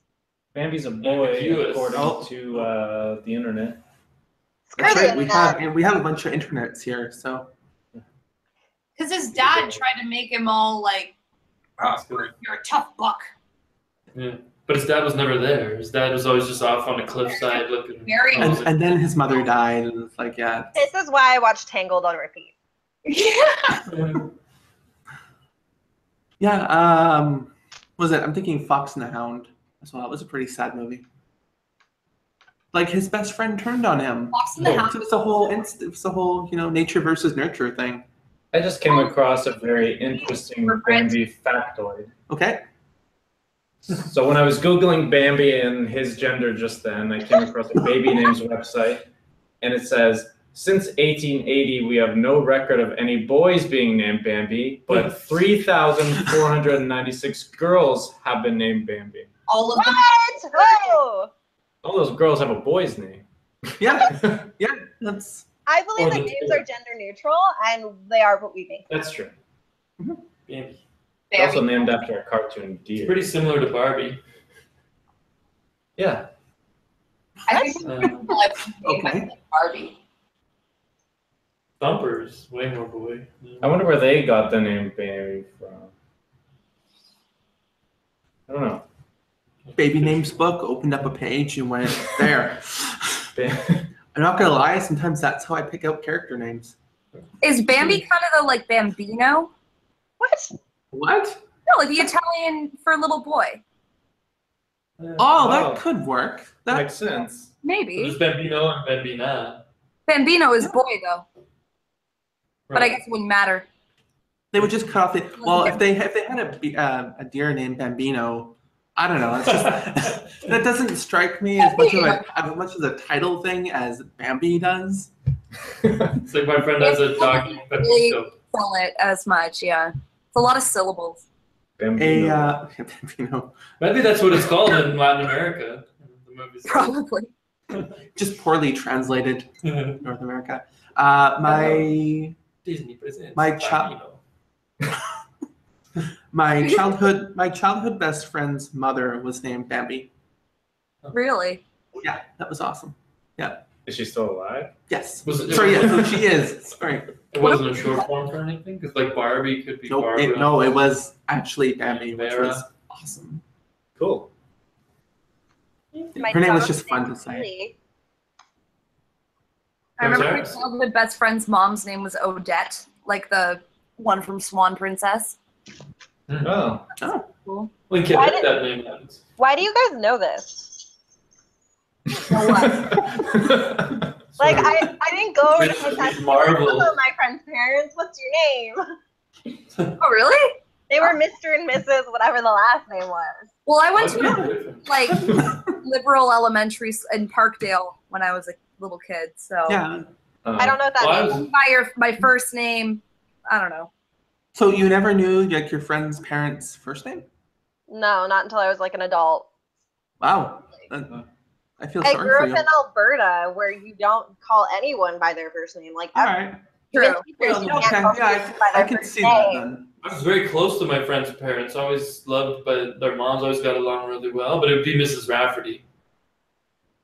B: Bambi's a boy,
A: Ambiguous.
B: according
C: Oh.
B: to uh, the internet.
E: Screw
C: That's
E: the
C: right. We
E: internet.
C: have we have a bunch of internets here, so
D: Because his dad tried to make him all like
A: That's good.
D: you're a tough buck,
A: But his dad was never there. His dad was always just off on a cliffside looking.
D: Very-
A: Oh,
C: and,
A: was it-
C: and then his mother died, and it's like yeah,
E: This is why I watch Tangled on repeat.
D: yeah,
C: yeah. Um, was it? I'm thinking Fox and the Hound as well. It was a pretty sad movie. Like his best friend turned on him.
D: Fox in the
C: So
D: Hound.
C: It's a whole, inst- it's a whole, you know, nature versus nurture thing.
B: I just came across a very interesting
D: For friends.
B: Bambi factoid.
C: Okay,
B: So when I was googling Bambi and his gender just then, I came across a baby names website, and it says since 1880 we have no record of any boys being named Bambi, but 3,496 girls have been named Bambi.
D: All of
E: What?
D: them.
E: Whoa!
B: All those girls have a boy's name.
C: yeah, yeah, that's
E: I believe
A: Or
E: that
A: the-
E: names are gender neutral and they are what we make.
B: That's true.
A: Bambi.
B: It's also named after a cartoon
A: It's
B: deer.
A: pretty similar to Barbie.
B: yeah.
F: I think
A: Um,
C: Okay.
F: Barbie.
A: Thumper's way more boy. Yeah.
B: I wonder where they got the name Bambi from. I don't know.
C: baby names book. Opened up a page and went there.
B: Bam-
C: I'm not gonna lie. Sometimes that's how I pick out character names.
D: Is Bambi kind of the like bambino?
E: What?
C: What?
D: No, like the Italian for little boy.
C: Oh,
B: Wow.
C: that could work. That
B: makes sense.
A: So
D: Maybe.
A: there's Bambino and Bambina.
D: Bambino is boy though, but I guess it wouldn't matter.
C: they would just cut off the. Well, if they if they had a be- uh, a deer named Bambino, I don't know. It's just. That doesn't strike me as much of a as much as a title thing as Bambi does.
A: it's like my friend has a dog named Pepito.
D: Sell it as much, yeah. It's a lot of syllables.
C: A
B: Bambino.
C: uh, Bambino,
A: Maybe that's what it's called in Latin America. The movie's
D: Probably.
C: just poorly translated North America. Uh, my
A: Disney presents.
C: My child-
A: Bambino.
C: my childhood my childhood best friend's mother was named Bambi.
D: Really.
C: Yeah, that was awesome.
B: Is she still alive?
C: Yes.
A: Was it-
C: Sorry, yeah, so she is. Sorry.
A: It wasn't a short form for anything? Because like Barbie could be
C: Nope,
A: Barbara.
C: it, no, it was actually Bambi, which
A: Vera.
C: was awesome.
B: Cool.
E: My
C: Her name was
E: dog's
C: just fun to
E: is
C: say.
E: Lily.
D: I
A: Who's
D: remember my
A: that?
D: childhood best friend's mom's name was Odette, like the one from Swan Princess.
B: Oh,
D: Cool.
A: We can't
E: Why
A: get
E: did-
A: that name out.
E: Why do you guys know this? Like I, I didn't go over to my test.
A: Marvel.
E: Hello, my friend's parents. What's your name?
D: Oh, really?
E: They were Mr. and Mrs. Whatever the last name was.
D: Well, I went
A: What's
D: to
A: your-
D: like liberal elementary s- in Parkdale when I was a little kid. So
C: Yeah.
B: Um,
E: I don't know what that
A: Why
E: means.
A: was-
D: by your my first name, I don't know.
C: So you never knew like your friend's parents' first name?
E: No, not until I was like an adult.
C: Wow.
A: Uh-huh.
C: That- I feel
E: I
C: sorry
E: grew
C: for
E: up
C: you.
E: in Alberta where you don't call anyone by their first name. Like
C: All
E: ever.
C: right.
E: Even
D: True.
E: teachers, you can't
C: Okay.
E: call
C: Yeah,
E: people by
C: I, I
E: their
C: can
E: first
C: see that
E: name.
C: then.
A: I was very close to my friend's parents. Always loved, but their moms always got along really well. But it would be Mrs. Rafferty.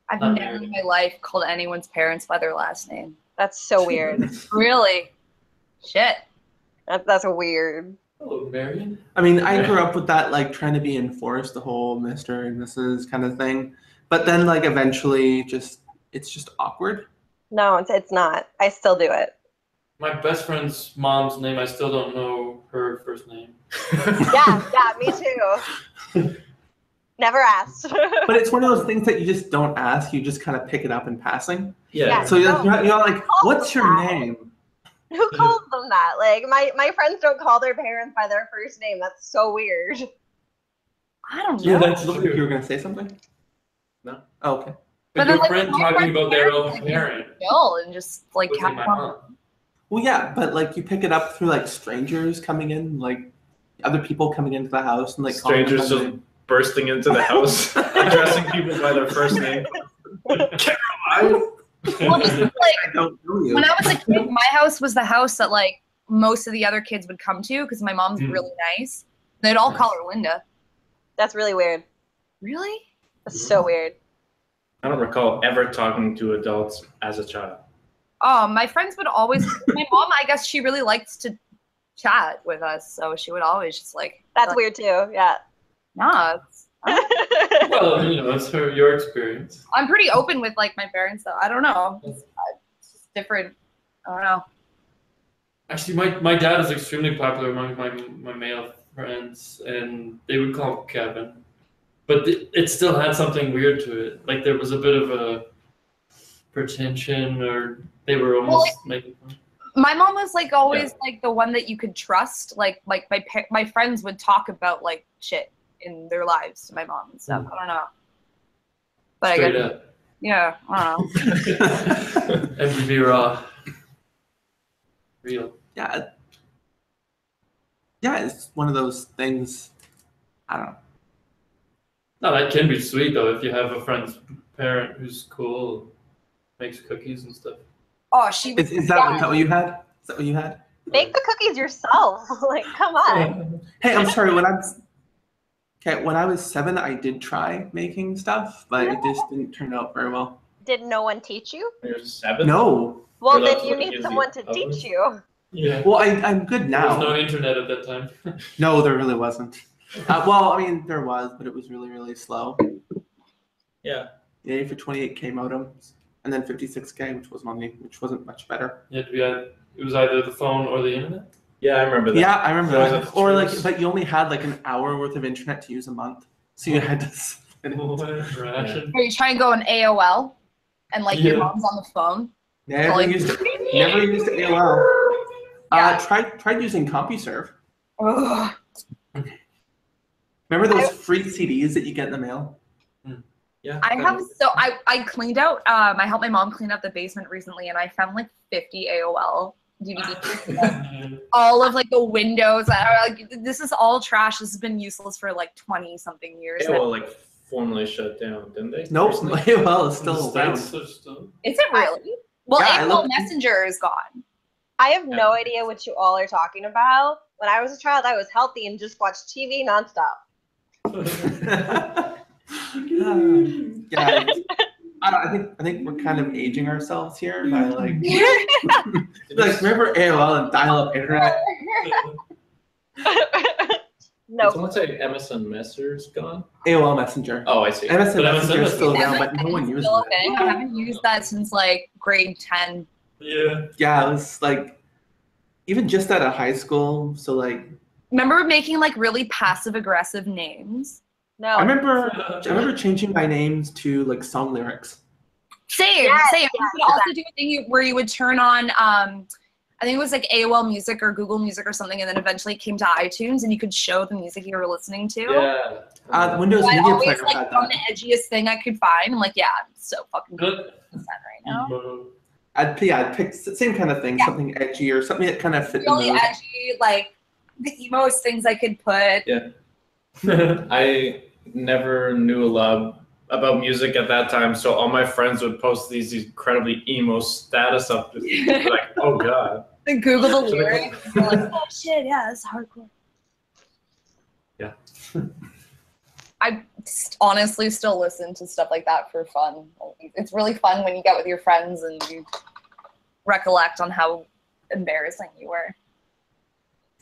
D: I've
A: Not
D: never in my life called anyone's parents by their last name.
E: That's so weird.
D: Really? Shit.
E: that, that's weird.
A: Hello, Marion.
C: I mean, I grew up with that, like trying to be enforced, the whole Mister and Mrs. kind of thing. But then, like, eventually, just it's just awkward.
E: No, it's, it's not. I still do it.
A: My best friend's mom's name. I still don't know her first name.
E: Yeah, yeah, me too. Never asked.
C: But it's one of those things that you just don't ask; you just kind of pick it up in passing.
B: yeah.
C: So you're, you're, not- you're not like,
E: Oh,
C: "What's your
E: wow.
C: name?"
E: Who calls them that? Like my my friends don't call their parents by their first name. That's so weird.
D: I don't know.
A: Yeah, that's
C: Look,
A: true.
C: you were gonna say something.
B: No.
C: Oh, okay.
A: But your
D: But then, like,
A: friend
D: my
A: talking
D: friend's
A: about their own
D: parents, like,
A: parent.
D: Bill and just like
A: would be
D: have
A: my
D: fun.
A: mom.
C: Well, yeah, but like you pick it up through like strangers coming in, like other people coming into the house, and like calling them
B: Strangers
C: by
B: just
C: name.
B: bursting into the house, addressing people by their first name. Caroline.
D: Well, just like
C: I don't know you.
D: when I was a kid, my house was the house that like most of the other kids would come to because my mom's
A: Mhm.
D: really nice. They'd all call her Linda.
E: That's really weird.
D: Really?
E: That's so weird.
B: I don't recall ever talking to adults as a child.
D: Oh, my friends would always. my mom, I guess she really likes to chat with us, so she would always just like.
E: That's
D: like,
E: weird too. Yeah.
D: Nah, it's-
A: Well, you know, it's her, your experience.
D: I'm pretty open with like my parents, though. I don't know. It's, uh, it's just different. I don't know.
A: Actually, my, my dad is extremely popular among my, my male friends, and they would call him Kevin, but th- it still had something weird to it. Like there was a bit of a pretension, or they were almost making fun.
D: my mom was like always like the one that you could trust. Like like my pa- my friends would talk about like shit in their lives to my mom and
C: Mm.
D: stuff. I don't know. But I
A: Straight
D: guess-
A: up,
D: yeah, I don't know.
A: MTV Raw, real.
C: yeah, it- yeah, it's one of those things. I don't know.
A: No, that can be sweet though if you have a friend's parent who's cool, makes cookies and stuff.
D: Oh, she was
C: Is, is that, is that what you had? Is that what you had?
E: Make the cookies yourself. like, come on.
C: Hey, I'm sorry. When I'm okay, when I was seven, I did try making stuff, but it just didn't turn out very well.
E: Did no one teach you?
B: You're seven.
C: No.
E: Well,
B: Well, that's
E: then you
B: what it
E: need
B: is,
E: someone
B: the
E: to teach
B: others.
E: you.
A: Yeah.
C: Well, I, I'm good
A: There was
C: now.
A: no internet at that time.
C: No, there really wasn't. Uh, well, I mean, there was, but it was really, really slow.
B: Yeah.
C: Yeah, for 28k modems, and then 56k, which was money, which wasn't much better.
A: You had to be on, it was either the phone or the internet.
B: Yeah, I remember that.
C: Yeah, I remember
B: That
C: that.
B: was a
C: Or like,
B: choice.
C: but you only had like an hour worth of internet to use a month, so you had to. split it.
A: What a ration.
D: Where you try and go on AOL and like your
A: Yeah.
D: mom's on the phone.
C: Never
D: Like-
C: used it. Never used AOL. Uh, tried tried using CompuServe.
D: Ugh.
C: Remember those free CDs that you get in the mail?
B: Yeah,
D: I
B: that
D: have
B: was-
D: so I I cleaned out um I helped my mom clean up the basement recently and I found like 50 AOL DVDs. all of like the windows that are like this is all trash. This has been useless for like 20 something years.
B: Yeah, well, like formally shut down, didn't they?
C: Nope,
B: Recently?
C: AOL is
A: The
C: still
A: States
C: around.
A: are still-
D: Is it really? Well,
C: Yeah, I
D: AOL
C: love-
D: Messenger is gone.
E: I have no idea what you all are talking about. When I was a child, I was healthy and just watched TV nonstop.
C: yeah, I, I don't- I think I think we're kind of aging ourselves here by like
B: Did
C: like
B: you-
C: remember AOL and dial-up internet.
B: Did
E: no.
B: someone say MSN Messenger's gone?
C: AOL Messenger.
B: Oh, I see.
C: MSN
A: But
C: Messenger is
A: MSN
C: still
D: Yeah,
C: around, but no one
D: it's
C: uses
D: still a
C: it.
D: thing. I haven't used that since like grade 10.
A: yeah.
C: Yeah, it was like even just out of high school. So like
D: Remember making like really passive aggressive names?
E: No.
D: Oh.
C: I remember I remember changing my names to like song lyrics.
D: Same,
E: Yes,
D: same.
E: yes,
D: you could also do a thing you- where you would turn on, um, I think it was like AOL Music or Google Music or something, and then eventually it came to iTunes, and you could show the music you were listening to.
B: Yeah.
C: Uh, the Windows
D: So I
C: Media
D: always
C: Player
D: like
C: had
D: found the
C: that.
D: edgiest thing I could find. I'm like, yeah, I'm so fucking good
A: Good.
D: at that right now.
C: I'd yeah, I'd pick s- same kind of thing,
D: Yeah.
C: something edgy or something that kind of fit the
D: Really
C: mood.
D: edgy, like the emo's things I could put.
B: I never knew a lot about music at that time, so all my friends would post these incredibly emo status updates. like, oh god.
D: Then Google the
B: So they
D: lyrics. and you're like, oh shit, yeah, that's hardcore.
A: Yeah.
D: I st- honestly still listen to stuff like that for fun. It's really fun when you get with your friends and you recollect on how embarrassing you were.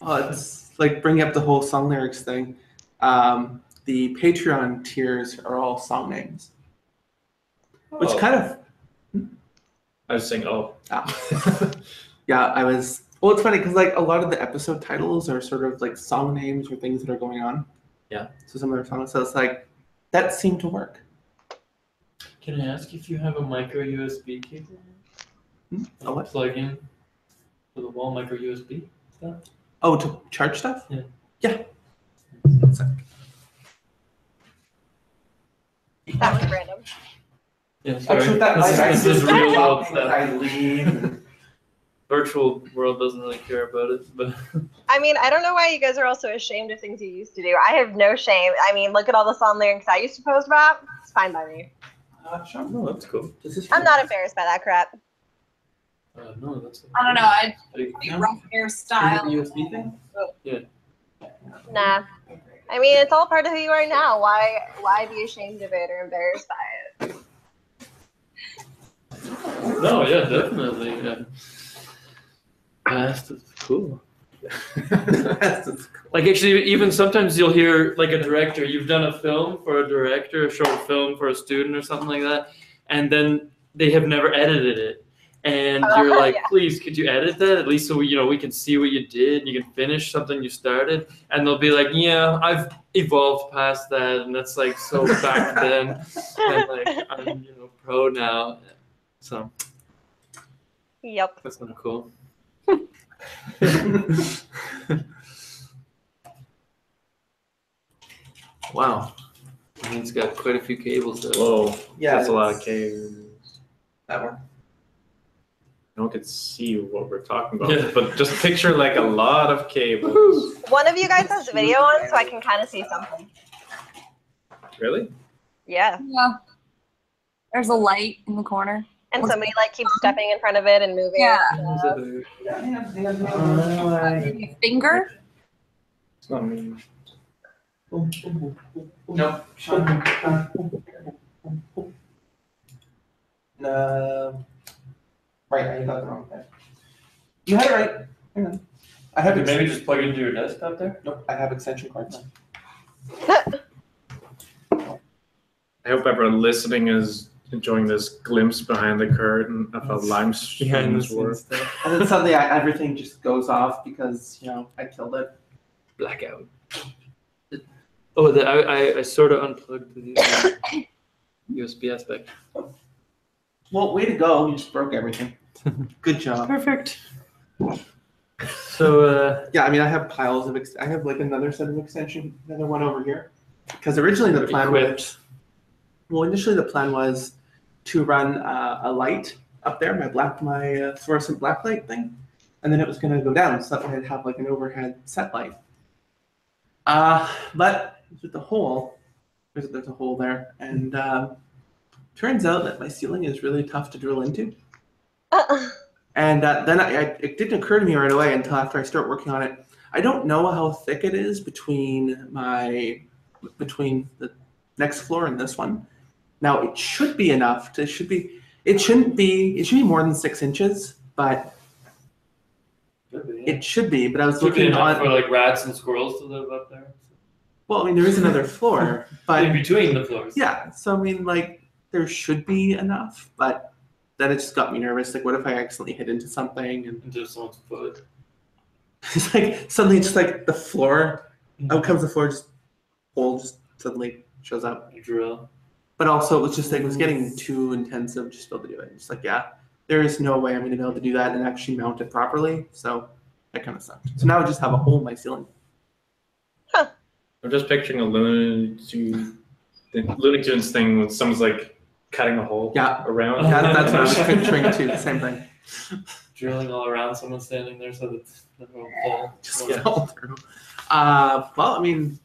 C: Oh, it's like bring up the whole song lyrics thing. Um, the Patreon tiers are all song names, which
B: Oh,
C: kind of
B: I was saying, oh.
C: Ah. yeah, I was. Well, it's funny because like a lot of the episode titles are sort of like song names or things that are going on.
B: Yeah.
C: So some of their songs, so it's like that seemed to work.
A: Can I ask if you have a micro USB cable?
C: Hmm? A what?
A: Plug in for the wall micro USB.
C: Oh, to charge stuff?
A: Yeah.
C: Yeah.
E: That was random.
A: Yeah, sorry.
C: Actually, Oh, that
A: this,
C: might-
A: is, this is real world stuff.
C: I leave.
A: Virtual world doesn't really care about it, but
E: I mean, I don't know why you guys are also ashamed of things you used to do. I have no shame. I mean, look at all the song lyrics I used to post about. It's fine by me.
C: Uh, sure,
A: no, that's cool.
C: this is
E: I'm not embarrassed by that crap.
A: Uh, no, that's.
D: I don't know. I
A: Like,
C: Yeah.
D: rough hairstyle.
C: Is it the USB thing?
E: Nah. I mean, it's all part of who you are now. Why, why be ashamed of it or embarrassed by it?
A: No, yeah, definitely. Yeah. Past is cool.
C: That's just cool.
A: Like actually, even sometimes you'll hear like a director. You've done a film for a director, a short film for a student, or something like that, and then they have never edited it, and
E: Oh,
A: you're like,
E: yeah.
A: please, could you edit that at least so we, you know we can see what you did, you can finish something you started, and they'll be like, yeah, I've evolved past that, and that's like so back then, and like I'm you know pro now, so
E: Yep.
A: that's kind of cool. wow, I mean, it's got quite a few cables there.
B: Whoa.
C: Yeah,
B: That's a lot of
C: it's-
B: caves.
C: That one.
B: No one could see what we're talking about,
A: Yeah.
B: but just picture like a lot of cables.
E: One of you guys has video on, so I can kind of see something.
B: really?
E: Yeah.
D: Yeah. There's a light in the corner.
E: And somebody like keeps stepping in front of it and moving. it.
D: Maybe a finger.
B: It's not me.
C: Nope. No. Right, I got the wrong thing. You had it right. Hang on. I have ex-
A: Maybe just plug into your desktop there.
C: nope, I have extension cords.
B: I hope everyone listening is enjoying this glimpse behind the curtain of how
A: Yes.
B: lime
A: Behind the
B: streams work.
A: scenes stuff.
C: And then suddenly I, everything just goes off because, you know, I killed it.
A: Blackout. Oh, the, I, I, I sort of unplugged the uh, USB aspect.
C: Well, way to go. You just broke everything. Good job.
A: Perfect. So, uh,
C: Yeah, I mean, I have piles of, ex- I have like another set of extension, another one over here. Because originally the plan was,
A: equipped.
C: well, initially the plan was to run uh, a light up there, my black, my uh, fluorescent black light thing. And then it was going to go down. So that way I'd have like an overhead set light. Uh, but with the hole, there's, there's a hole there. And um turns out that my ceiling is really tough to drill into. And uh, then I, I, it didn't occur to me right away until after I start working on it. I don't know how thick it is between my between the next floor and this one. Now it should be enough. To, it should be. It shouldn't be. It should be more than six inches, but it should be. But I was
A: Should be
C: looking
A: enough uh,
C: on.
A: for like rats and squirrels to live up there.
C: Well, I mean, there is another floor, but
A: In between the floors.
C: Yeah. So I mean, like, there should be enough, but then it just got me nervous. Like, what if I accidentally hit into something? And
A: Into someone's foot.
C: it's like suddenly, just like the floor, out comes the floor, just hole just suddenly shows up.
A: You drill.
C: But also, it was just like it was getting too intensive just to be able to do it. Just like, yeah, there is no way I'm going to be able to do that and actually mount it properly. So that kind of sucked. So now I just have a hole in my ceiling.
B: I'm just picturing a Looney Tunes, the Looney Tunes thing when someone's like cutting a hole
C: Yeah.
B: around.
C: Yeah, that's what I was picturing too. The same thing.
A: Drilling all around someone standing there so that the whole wall.
C: just fell through. Uh, well, I mean,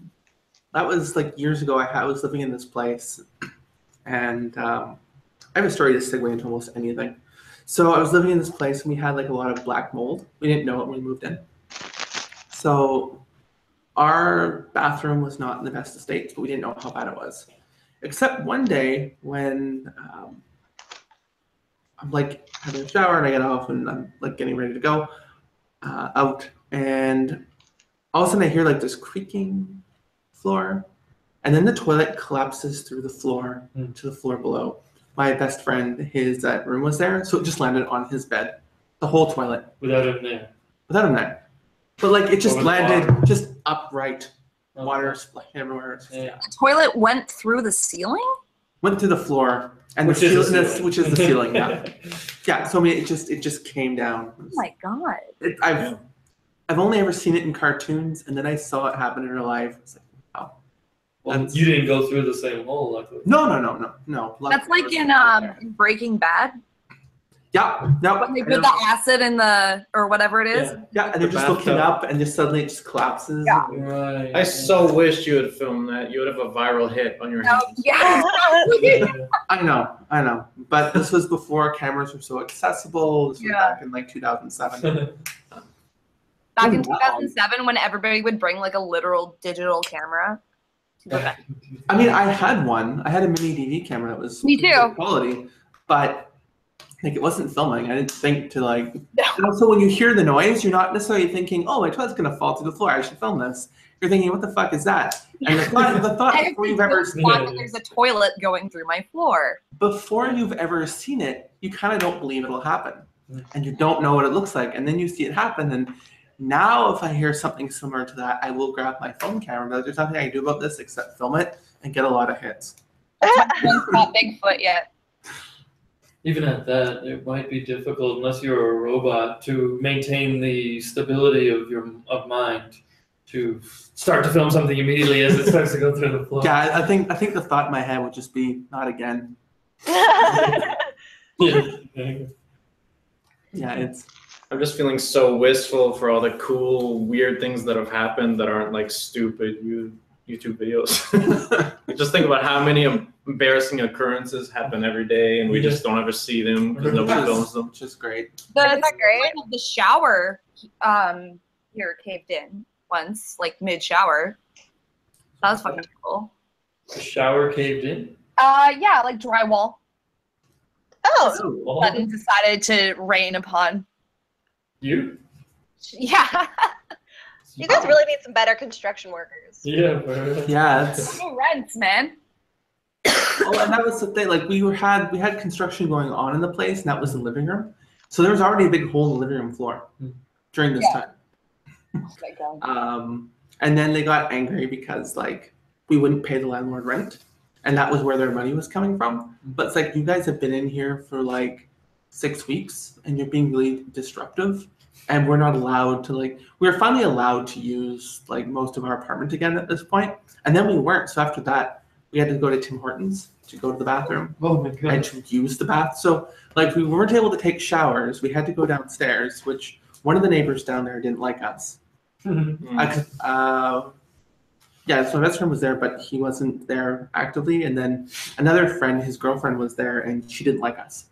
C: that was like years ago. I, had, I was living in this place, and um, I have a story to segue into almost anything. So I was living in this place, and we had like a lot of black mold. We didn't know it when we moved in. So our bathroom was not in the best of states, but we didn't know how bad it was. Except one day when um, I'm like having a shower and I get off and I'm like getting ready to go uh, out, and all of a sudden I hear like this creaking floor, and then the toilet collapses through the floor
A: Mm.
C: to the floor below. My best friend, his uh, room was there, so it just landed on his bed, the whole toilet
A: Without him there.
C: without a net. But like it just
A: Over the
C: landed just upright, water splashed everywhere. It's just-
A: Yeah.
D: The toilet went through the ceiling. Oh
C: Went through the floor, and
A: Which
C: the
A: is the
C: ceiling,
A: ceiling.
C: which is the ceiling. Yeah, yeah. So I mean, it just it just came down.
D: Oh my god.
C: It, I've
B: Yeah.
C: I've only ever seen it in cartoons, and then I saw it happen in real life. It's like,
A: Well,
C: That's-
A: you didn't go through the same hole, luckily.
C: no, no, no, no, no.
D: That's
C: Luckily,
D: like
C: there
D: in
C: was nothing
D: um
C: there.
D: in Breaking Bad
C: Yeah, no.
D: when they
C: and
D: put
C: it-
D: the acid in the or whatever it is.
C: yeah, and they're
B: the
C: just looking up, and just suddenly it just collapses.
D: Yeah.
A: Right.
B: I so wish you had filmed that. You would have a viral hit on your
D: Oh,
B: hands.
D: yeah.
C: I know, I know, but this was before cameras were so accessible. This was
D: Yeah.
C: back in like 2007.
D: Back in
C: Wow.
D: 2007, when everybody would bring like a literal digital camera.
C: I mean, I had one. I had a mini DV camera that was
D: Me
C: pretty
D: too.
C: good quality, but like it wasn't filming. I didn't think to like. And also, when you hear the noise, you're not necessarily thinking, "Oh, my toilet's gonna fall to the floor. I should film this." You're thinking, "What the fuck is that?" And the thought, the thought before
D: Every
C: you've ever
D: single time that there's a toilet going through my floor.
C: before you've ever seen it, you kind of don't believe it'll happen. and you don't know what it looks like, and then you see it happen. And now, if I hear something similar to that, I will grab my phone camera. But there's nothing I can do about this except film it and get a lot of hits.
D: One's not Bigfoot yet.
A: Even at that, it might be difficult unless you're a robot to maintain the stability of your of mind to start to film something immediately as it starts to go through the flow.
C: Yeah, I- I think I think the thought in my head would just be not again.
E: Oh,
A: Yeah.
C: Yeah, it's
B: I'm just feeling so wistful for all the cool, weird things that have happened that aren't like stupid you YouTube videos. just think about how many em- embarrassing occurrences happen every day, and we just don't ever see them because nobody
C: Yes.
B: films them.
C: which is great.
D: The,
E: Isn't that great?
D: the- The shower um here caved in once, like mid shower. That was fucking cool.
A: The shower caved in.
D: Uh yeah, like drywall.
E: oh,
A: Oh,
D: Button decided to rain upon.
A: you?
D: Yeah.
E: you guys really need some better construction workers.
A: Yeah, bro.
C: Yeah, it's
D: No rents, man.
C: Oh, and that was the thing. Like we were had we had construction going on in the place, and that was the living room. So there was already a big hole in the living room floor
A: Mm.
C: during this
D: Yeah.
C: time.
D: Oh my god.
C: Um, and then they got angry because like we wouldn't pay the landlord rent, and that was where their money was coming from. But it's like you guys have been in here for like six weeks, and you're being really disruptive, and we're not allowed to like we were finally allowed to use like most of our apartment again at this point, and then we weren't. So after that, we had to go to Tim Hortons to go to the bathroom
A: Oh my
C: and
A: god.
C: to use the bath. So like we weren't able to take showers. We had to go downstairs, which one of the neighbors down there didn't like us.
B: Mm.
C: I could- uh, yeah, so my best friend was there, but he wasn't there actively. And then another friend, his girlfriend was there, and she didn't like us.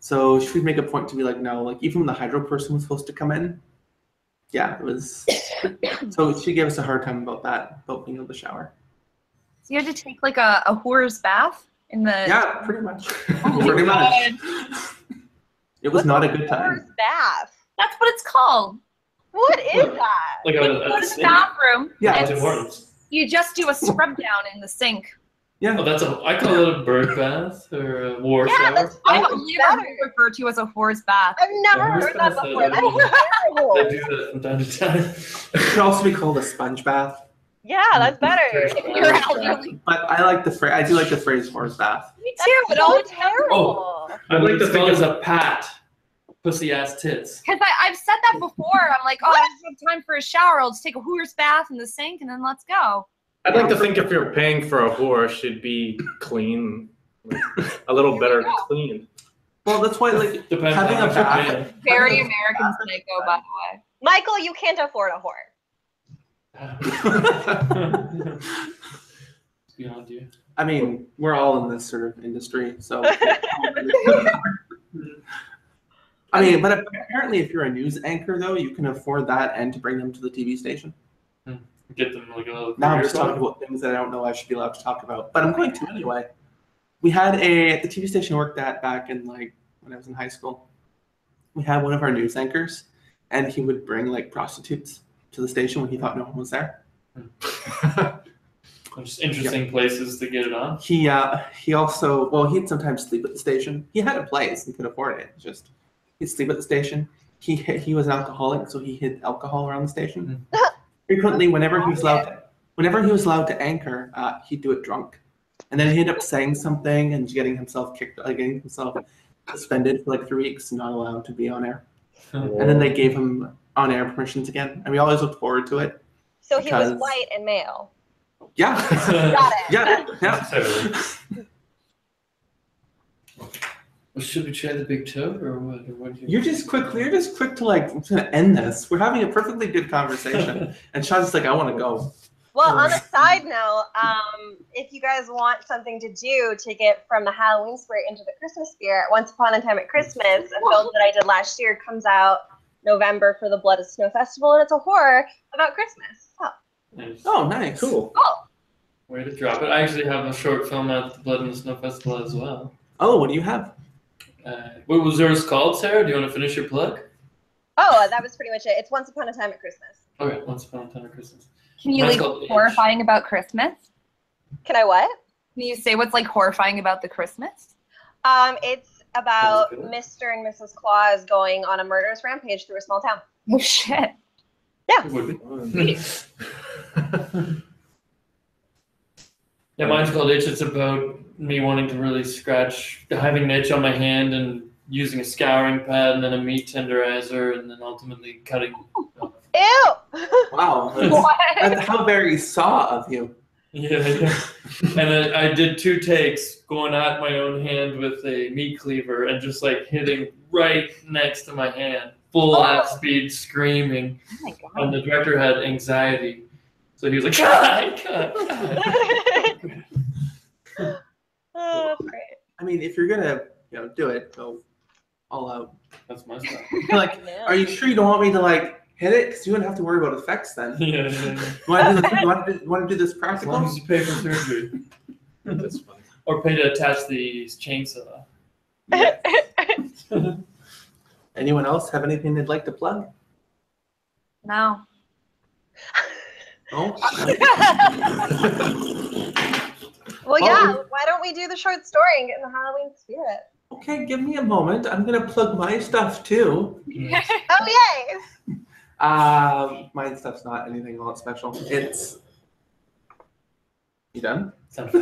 C: So she would make a point to be like, no, like even when the hydro person was supposed to come in, yeah, it was. so she gave us a hard time about that, about being able to shower.
D: So you had to take like a, a whore's bath in the
C: Yeah, pretty much.
D: my
C: pretty much. It was not a good time.
E: Where's Bath?
D: That's what it's called.
E: What is that?
A: Like a,
D: When you
A: a, a
D: go to the
A: sink.
D: bathroom,
C: Yeah.
A: Like
D: it's-
A: Tim Hortons.
D: you just do a scrub down in the sink.
A: Oh, that's a. I call it a bird bath or a war
E: Yeah,
A: shower.
E: that's
D: I
E: fucking
D: would never
E: better.
D: refer to as a whore's bath.
E: I've never
A: Yeah,
E: heard that
A: who's gonna
E: before.
A: say that? I
E: That's terrible.
A: do that from time to time.
C: It could also be called a sponge bath.
E: Yeah, that's better.
D: If you're elderly.
C: But I like the phrase. I do like the phrase horse bath.
D: Me
E: That's
D: too. It
A: Oh.
E: so
D: always
E: terrible.
A: I'd like to
B: think
A: think as a pat. Pussy ass tits.
D: because I've said that before. I'm like, oh, I don't have time for a shower. I'll just take a whore's bath in the sink and then let's go.
B: I'd like to think if you're paying for a whore, it should be clean, a little better clean.
C: Well, that's why like
A: Depends
C: Having
A: on
C: a
A: what you're
C: bath.
A: paying.
D: Very American psycho, by the way.
E: Michael, you can't afford a whore.
A: It's Beyond you.
C: I mean, we're all in this sort of industry, so I mean, but apparently if you're a news anchor though, you can afford that and to bring them to the TV station.
A: Get them like a little.
C: Now I'm
A: career
C: just talking
A: going.
C: about things that I don't know I should be allowed to talk about, but I'm going to anyway. We had a at the TV station I worked at back in like when I was in high school. We had one of our news anchors, and he would bring like prostitutes to the station when he thought no one was there.
A: Just interesting places to get it on.
C: He uh, he also well he'd sometimes sleep at the station. He had a place he could afford it. Just he'd sleep at the station. He he was an alcoholic, so he hid alcohol around the station. Frequently, whenever he was allowed, to, whenever he was allowed to anchor, uh, he'd do it drunk, and then he'd end up saying something and getting himself kicked, like getting himself suspended for like three weeks, and not allowed to be on air. And then they gave him on air permissions again, and we always looked forward to it.
E: So he was
C: Because-
E: white and male.
C: Yeah,
E: Got it.
C: yeah, yeah.
A: Necessarily. Well, should we try the big toe or what? Or what do
C: You're just quick. You're just quick to like to end this. We're having a perfectly good conversation, and Sean's just like, I want to go.
E: Well, on a side note, um, if you guys want something to do to get from the Halloween spirit into the Christmas spirit, Once Upon a Time at Christmas, a film that I did last year, comes out November for the Blood of Snow Festival, and it's a horror about Christmas. So,
A: Nice.
C: Oh, nice.
B: Cool.
A: Way to drop it. I actually have a short film at the Blood and the Snow Festival as well.
C: Oh, what do you have?
A: Uh, what was yours called, Sarah? Do you want to finish your plug?
E: oh, that was pretty much it. It's Once Upon a Time at Christmas.
A: Okay, Once Upon a Time at Christmas.
D: Can you
A: Mine's
D: like
A: called itch.
D: horrifying about Christmas?
E: Can I what?
D: Can you say what's like horrifying about the Christmas?
E: Um, it's about
A: That's good.
E: Mr. and Mrs. Claus going on a murderous rampage through a small town.
D: Oh shit.
A: It would be. Yeah, mine's called Itch. It's about me wanting to really scratch, having an itch on my hand and using a scouring pad and then a meat tenderizer and then ultimately cutting.
E: Ew!
C: Wow.
D: Oh
C: That's,
D: What?
C: that's how very saw of you.
A: Yeah, yeah. and I, I did two takes going at my own hand with a meat cleaver and just like hitting right next to my hand, full
D: Oh.
A: at speed, screaming.
D: Oh my god.
A: And the director had anxiety. So he was like, God, God, God."
E: oh, that's great.
C: I mean, if you're gonna you know do it, go all out.
A: That's my style.
C: You're like,
E: Yeah.
C: are you sure you don't want me to like hit it? Because you wouldn't have to worry about effects then.
A: Yeah, yeah, yeah.
C: You want to do, this- you wanna do, you wanna do this
A: As long
C: practical?
A: as you pay for surgery.
B: That's funny.
A: Or pay to attach the chainsaw.
C: Anyone else have anything they'd like to plug?
D: No.
C: No.
E: well,
C: Oh.
E: yeah, why don't we do the short story and get in the Halloween spirit?
C: Okay, give me a moment. I'm gonna plug my stuff too.
E: Oh, yay!
C: Um, my stuff's not anything all that special. It's you done?
A: Sound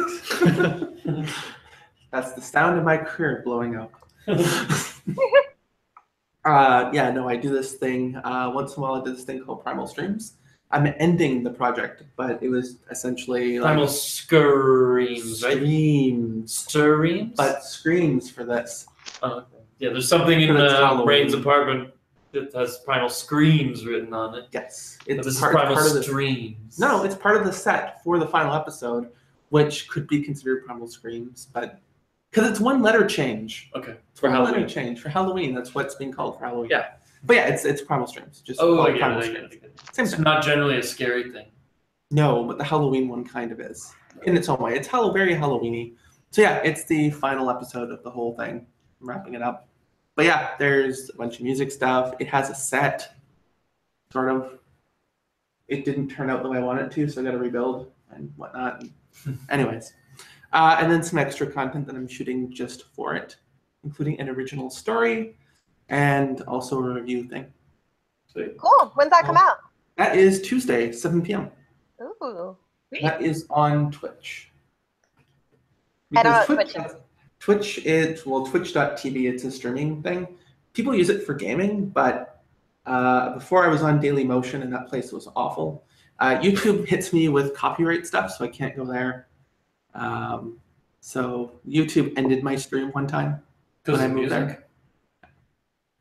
C: That's the sound of my career blowing up.
A: effects.
C: Uh, yeah, no, I do this thing uh, once in a while. I do this thing called Primal Streams. I'm ending the project, but it was essentially like
A: Primal screams, right?
C: screams,
A: Screams?
C: but screams for this.
A: Oh, okay. yeah, there's something in
C: But it's
A: uh,
C: Halloween.
A: Rain's apartment that has Primal Screams written on it.
C: Yes,
A: But this
C: it's
A: is
C: part,
A: Primal
C: part of the
A: Streams.
C: no, it's part of the set for the final episode, which could be considered Primal Screams, but because it's one letter change.
A: Okay, for
C: Well,
A: Halloween.
C: Letter change for Halloween. That's what's being called for Halloween.
A: Yeah.
C: But yeah, it's it's primal streams. Just
A: Oh,
C: call
A: I
C: it
A: get it,
C: primal
A: I get it,
C: streams.
A: I get it.
C: Same
A: It's
C: thing.
A: not generally a scary thing.
C: No, but the Halloween one kind of is in its own way. It's Hall- very Halloweeny. So yeah, it's the final episode of the whole thing. I'm wrapping it up. But yeah, there's a bunch of music stuff. It has a set, sort of. It didn't turn out the way I wanted it to, so I got to rebuild and whatnot. Anyways, uh, and then some extra content that I'm shooting just for it, including an original story and also a review thing.
E: Cool. When's that come out?
C: That is Tuesday, 7 p.m.
E: Ooh.
C: That is on Twitch.
E: I don't know what
C: Twitch, Twitch is well, Twitch.tv. It's a streaming thing. People use it for gaming, but uh, before I was on Daily Motion, and that place was awful. Uh, YouTube hits me with copyright stuff, so I can't go there. Um, so YouTube ended my stream one time
A: Because
C: when I
A: of
C: moved
A: music.
C: there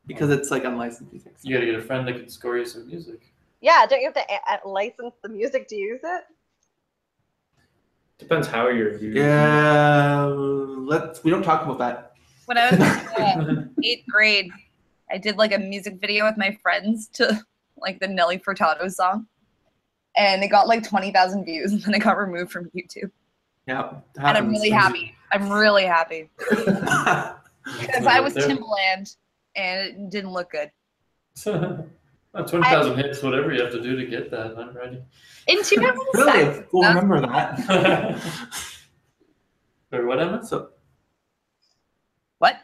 C: because it's like unlicensed music.
A: You gotta get a friend that can score you some music.
E: Yeah, don't you have to a- a- license the music to use it?
B: Depends how you're using it.
C: Yeah, let's. We don't talk about that.
D: When I was in uh, eighth grade, I did like a music video with my friends to like the Nelly Furtado song. And it got like 20,000 views and then it got removed from YouTube.
C: Yeah. it
D: And I'm
C: happens.
D: really happy. I'm really happy. Because I was
A: There.
D: Timbaland and it didn't look good.
A: Well, 20,000 hits, whatever you have to do to get that, I'm ready.
D: In 2007.
C: really? We'll remember that.
A: Sorry, what, Emma?
C: So
D: What?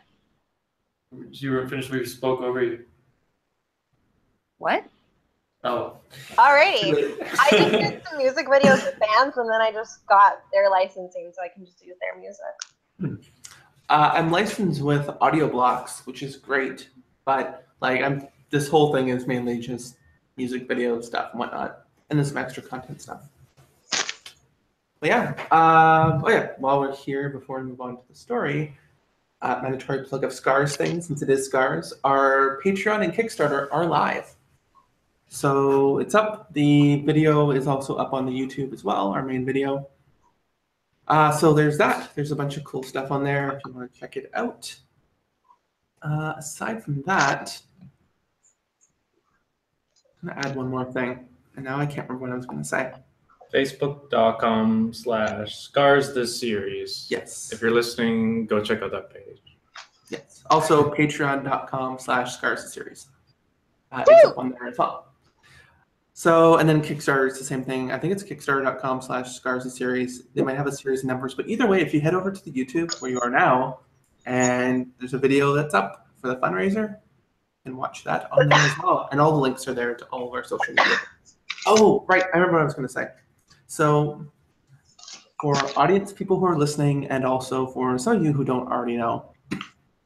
A: You were finished, we spoke over you.
D: What?
A: Oh.
E: Alrighty. I just did some music videos with bands, and then I just got their licensing, so I can just use their music.
C: uh, I'm licensed with Audio Blocks, which is great, but like I'm this whole thing is mainly just music video stuff and whatnot, and then some extra content stuff. But yeah, um, oh yeah. While we're here, before we move on to the story, uh, mandatory plug of Scars thing since it is Scars. Our Patreon and Kickstarter are live, so it's up. The video is also up on the YouTube as well. Our main video. Uh, so there's that. There's a bunch of cool stuff on there if you want to check it out. Uh, aside from that, I'm going to add one more thing. And now I can't remember what I was going to say.
B: Facebook.com slash scars this series.
C: Yes.
B: If you're listening, go check out that page.
C: Yes. Also, patreon.com slash scars series. Uh, it's up on there as well. So, and then Kickstarter is the same thing. I think it's kickstarter.com slash scars series. They might have a series of numbers, but either way, if you head over to the YouTube where you are now, And there's a video that's up for the fundraiser. And watch that on there as well. And all the links are there to all of our social media. Oh, right. I remember what I was going to say. So, for audience people who are listening, and also for some of you who don't already know,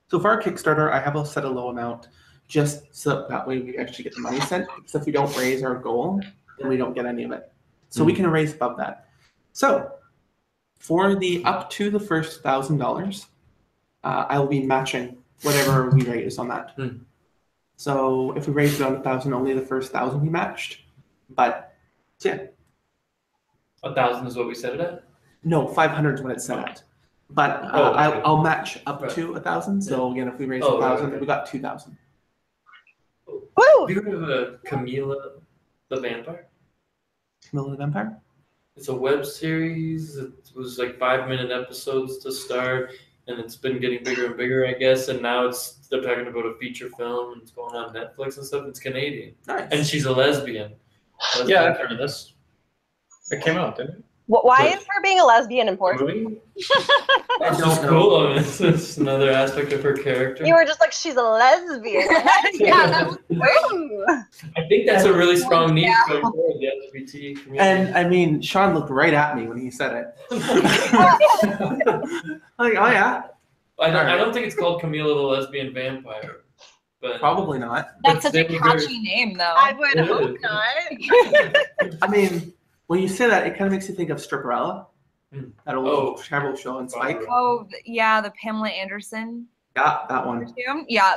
C: so for our Kickstarter, I have a set a low amount just so that way we actually get the money sent. Because if we don't raise our goal, then we don't get any of it. So
A: Hmm.
C: we can raise above that. So for the up to the first thousand dollars, uh, I will be matching whatever we raise on that.
A: Hmm.
C: So if we raise it on a thousand, only the first thousand we matched. But so yeah,
A: A thousand is what we set it at.
C: no, five hundred is what it's set at. But uh,
A: Oh, okay.
C: I, I'll match up
A: Right.
C: to a thousand. So again, if we raise
A: Oh,
C: a
A: right,
C: thousand,
A: okay.
C: we got two thousand.
A: Have
D: Oh.
E: Woo!
A: you heard of uh, Camila the Vampire?
C: Camilla the Vampire.
A: It's a web series. It was like five minute episodes to start, and it's been getting bigger and bigger, I guess. And now it's they're talking about a feature film, and it's going on Netflix and stuff. It's Canadian,
C: Nice.
A: and she's a lesbian.
B: Yeah, I've heard of this. It came out, didn't it?
E: Wh- Why is her being a lesbian important?
B: Movie?
A: That's
C: don't
A: just
C: know.
A: cool. I mean, it's, it's another aspect of her character.
E: You were just like, she's a lesbian.
D: yeah, that was
E: Woo!
A: I think that's a really strong need
D: Yeah.
A: going forward. The LGBT community.
C: And I mean, Sean looked right at me when he said it. like, oh yeah,
A: I don't, I don't think it's called Camila the Lesbian Vampire, but
C: probably not.
D: that's such a
A: They were-
D: catchy name, though.
E: I would
A: Yeah.
E: hope not.
C: I mean, when you say that, it kind of makes you think of Stripperella,
A: Hmm.
C: that old
A: Oh.
C: travel show on Spike.
A: Barbara.
D: oh, th- yeah, the Pamela Anderson
C: Yeah, that one.
D: cartoon. Yeah,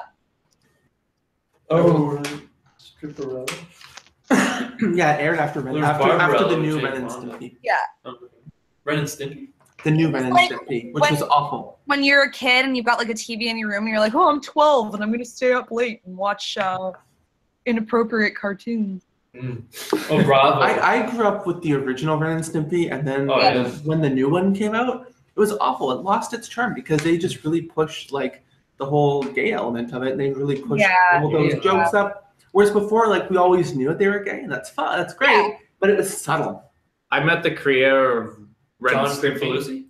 A: Oh, right. Stripper.
C: yeah, it aired after Ren,
A: There's
C: after, after the
A: Barbarella,
C: new
A: Jake
C: Ren and
A: Fonda.
C: Stimpy,
A: Ren and Stimpy.
C: the new Ren and
D: Like,
C: Stimpy, which
D: when-
C: was awful.
D: when you're a kid and you've got like a TV in your room and you're like, oh, I'm 12 and I'm gonna stay up late and watch uh, inappropriate cartoons.
A: Mm. Oh, Bravo.
C: I, I grew up with the original Ren and Stimpy, and then
A: Oh, yeah.
C: when the new one came out, it was awful. It lost its charm because they just really pushed like the whole gay element of it. They really pushed
D: Yeah.
C: all those
A: Yeah.
C: jokes up. Whereas before, like we always knew that they were gay, and that's fun, that's great,
D: Yeah.
C: but it was subtle.
B: I met the creator of Red
A: John
B: Stimpy.
A: Scrapaluzzi.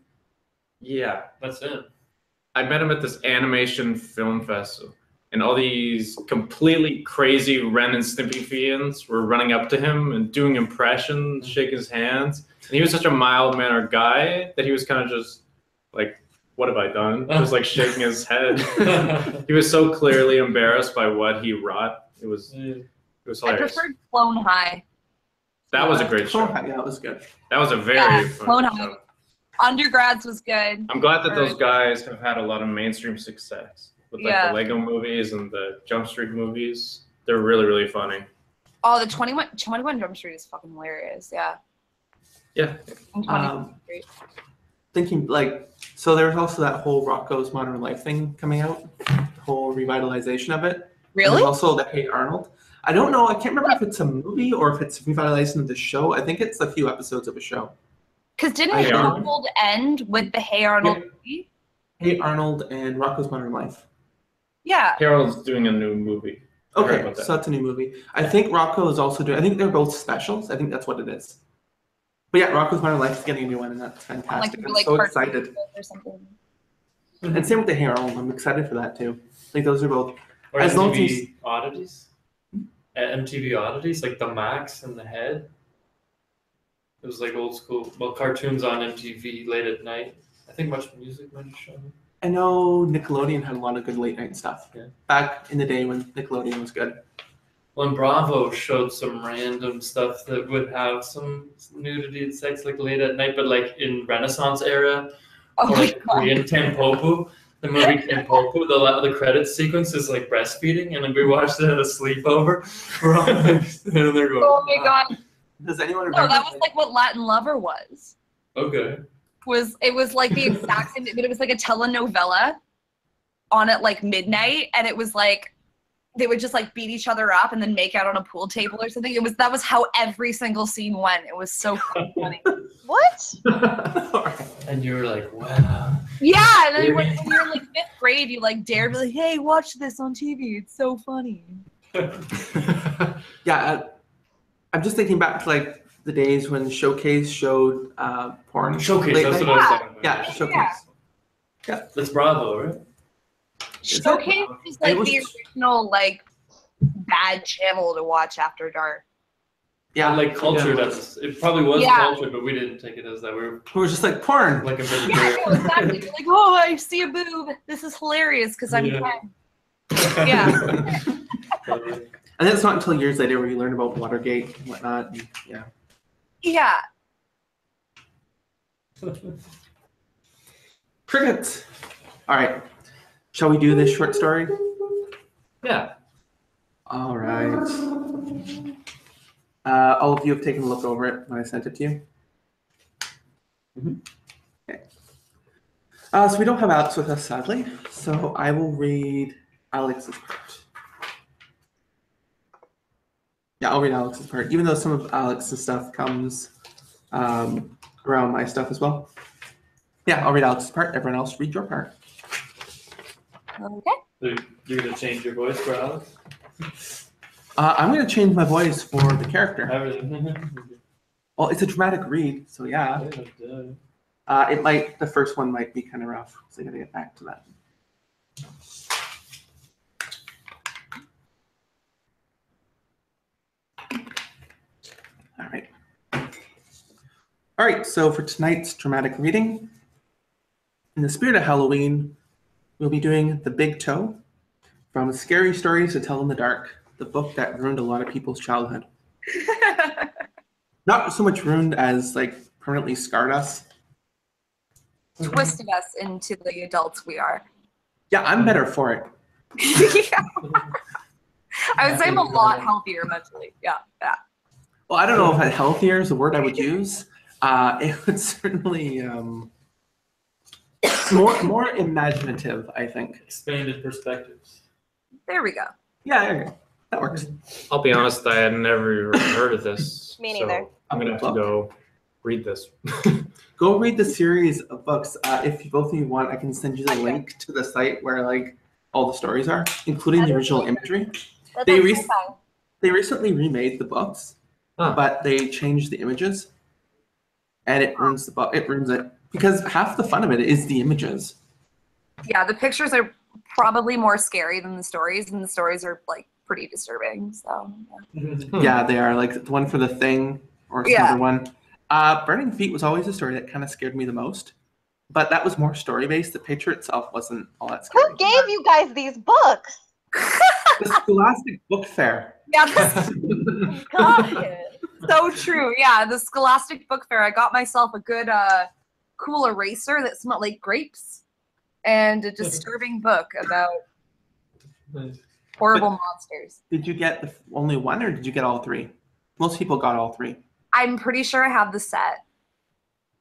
B: Yeah.
A: That's him.
B: I met him at this animation film festival, and all these completely crazy Ren and Stimpy fans were running up to him and doing impressions, shaking his hands. And he was such a mild mannered guy that he was kind of just like, "What have I done?" Just like shaking his head. he was so clearly embarrassed by what he wrought. It was it was
D: I
B: hilarious.
D: preferred Clone High.
B: That was a great
C: Clone
B: show.
C: High, Yeah, it was good.
B: That was a very
D: Yeah, Clone
B: fun
D: High.
B: show.
D: Undergrads was good.
B: I'm glad that those
D: Alright.
B: guys have had a lot of mainstream success with like
D: Yeah.
B: the Lego movies and the Jump Street movies. They're really really funny.
D: Oh, the 21, 21 Jump Street is fucking hilarious. Yeah.
B: Yeah.
D: And 20
C: Um,
D: Great.
C: thinking like so, there's also that whole Rocco's Modern Life thing coming out, the whole revitalization of it. And
D: really?
C: there's also the Hey Arnold. I don't know. I can't remember if it's a movie or if it's revitalization of the show. I think it's a few episodes of a show.
D: Because didn't
C: Hey
D: Hey
B: Arnold.
D: Arnold end with the Hey Arnold movie?
C: Hey Arnold and Rocco's Modern Life.
D: Yeah.
B: Harold's doing a new movie. I heard
C: Okay,
B: about that.
C: so that's a new movie. I think Rocco is also doing. I think they're both specials. I think that's what it is. But yeah, Rocco's Modern Life is getting a new one, and that's
D: Like,
C: fantastic.
D: you
C: I'm
D: were, like
C: so
D: cartoon
C: excited.
D: or something.
C: And same with the Hey Arnold. I'm excited for that too. Like those are both.
A: Or
C: As
A: MTV
C: long as he's-
A: oddities. At MTV oddities, like the Max and the Head. It was like old school. Well, cartoons on MTV late at night. I think much music might have shown.
C: I know Nickelodeon had a lot of good late night stuff
A: Yeah.
C: back in the day when Nickelodeon was good.
A: Well, and Bravo showed some random stuff that would have some nudity and sex, like late at night, but like in Renaissance era,
D: Oh
A: or
D: my
A: like
D: god.
A: Korean Tampopo. The movie Tampopo, the, la- the credit sequence is like breastfeeding, and then we watched it at a sleepover. We're all like, standing there going,
D: Oh my
A: "Wow."
D: god.
C: Does anyone remember?
D: No, Oh, that was like what Latin Lover was.
A: Okay.
D: Was it was like the exact same, but it was like a telenovela on at like midnight, and it was like they would just like beat each other up and then make out on a pool table or something. It was that was how every single scene went. It was so fucking funny.
E: What?
A: And you were like, wow.
D: yeah, and then when, when you're in like fifth grade, you like dare be like, hey, watch this on TV. It's so funny.
C: Yeah, uh, I'm just thinking back to like the days when Showcase showed uh, porn.
A: Showcase,
C: late
A: that's
C: night.
A: what I was talking about.
C: Yeah, Showcase.
D: Yeah.
A: That's Bravo, right?
D: Showcase is
C: It
D: like
C: was-
D: the original like bad channel to watch after dark.
C: Yeah,
A: like culture.
C: Yeah.
A: That's it. Probably was
D: Yeah.
A: culture, but we didn't take it as that. We were
C: It was just like porn.
A: like a bit.
D: Yeah, no, exactly. You're like, oh, I see a boob. This is hilarious because I'm
A: Yeah.
D: ten. Yeah.
C: And it's not until years later where you learn about Watergate and whatnot. and- yeah.
D: Yeah.
C: Crickets. All right. Shall we do this short story?
A: yeah.
C: All right. Uh, all of you have taken a look over it when I sent it to you. Okay. Uh, so we don't have Alex with us, sadly. So I will read Alex's part. Yeah, I'll read Alex's part, even though some of Alex's stuff comes um, around my stuff as well. Yeah, I'll read Alex's part. Everyone else, read your part.
D: Okay.
A: So You're gonna change your voice for Alex.
C: Uh, I'm going to change my voice for the
A: Uh,
C: character.
A: Everything.
C: Well, it's a dramatic read, so yeah. Uh, it might, the first one might be kind of rough, so I gotta get back to that. All right. All right, so for tonight's dramatic reading, in the spirit of Halloween, we'll be doing The Big Toe from Scary Stories to Tell in the Dark, the book that ruined a lot of people's childhood not so much ruined as like permanently scarred us.
D: Twisted us into the adults we are.
C: Yeah, I'm better for it.
D: yeah. I would say I'm a lot healthier mentally. Yeah. Yeah.
C: Well, I don't know if that healthier is the word I would use. Uh, it would certainly um, more more imaginative, I think.
A: Expanded perspectives.
D: There we go.
C: Yeah, there you go. that works.
G: I'll be honest, I had never even heard of this.
E: Me
G: so
E: neither.
G: I'm gonna have to
C: Well,
G: go read this.
C: Go read the series of books uh, if you- both of you want. I can send you the link to the site where like all the stories are, including the original imagery.
E: That's
C: They
E: also
C: rec-
E: fine.
C: They recently remade the books,
G: Huh.
C: but they changed the images, and it ruins the book. It ruins it because half the fun of it is the images.
D: Yeah. The pictures are probably more scary than the stories, and the stories are like pretty disturbing. So yeah.
G: Hmm.
C: Yeah, they are like the one for the thing or some
D: Yeah.
C: other one. Uh, Burning Feet was always a story that kind of scared me the most, but that was more story based. The picture itself wasn't all that scary.
E: Who gave you guys these books?
C: the Scholastic Book Fair?
D: yeah that's
E: God.
D: so true. Yeah, the Scholastic Book Fair. I got myself a good, uh, cool eraser that smelled like grapes, and a disturbing book about
A: Nice.
D: horrible monsters.
C: Did you get the f- only one, or did you get all three? Most people got all three.
D: I'm pretty sure I have the set.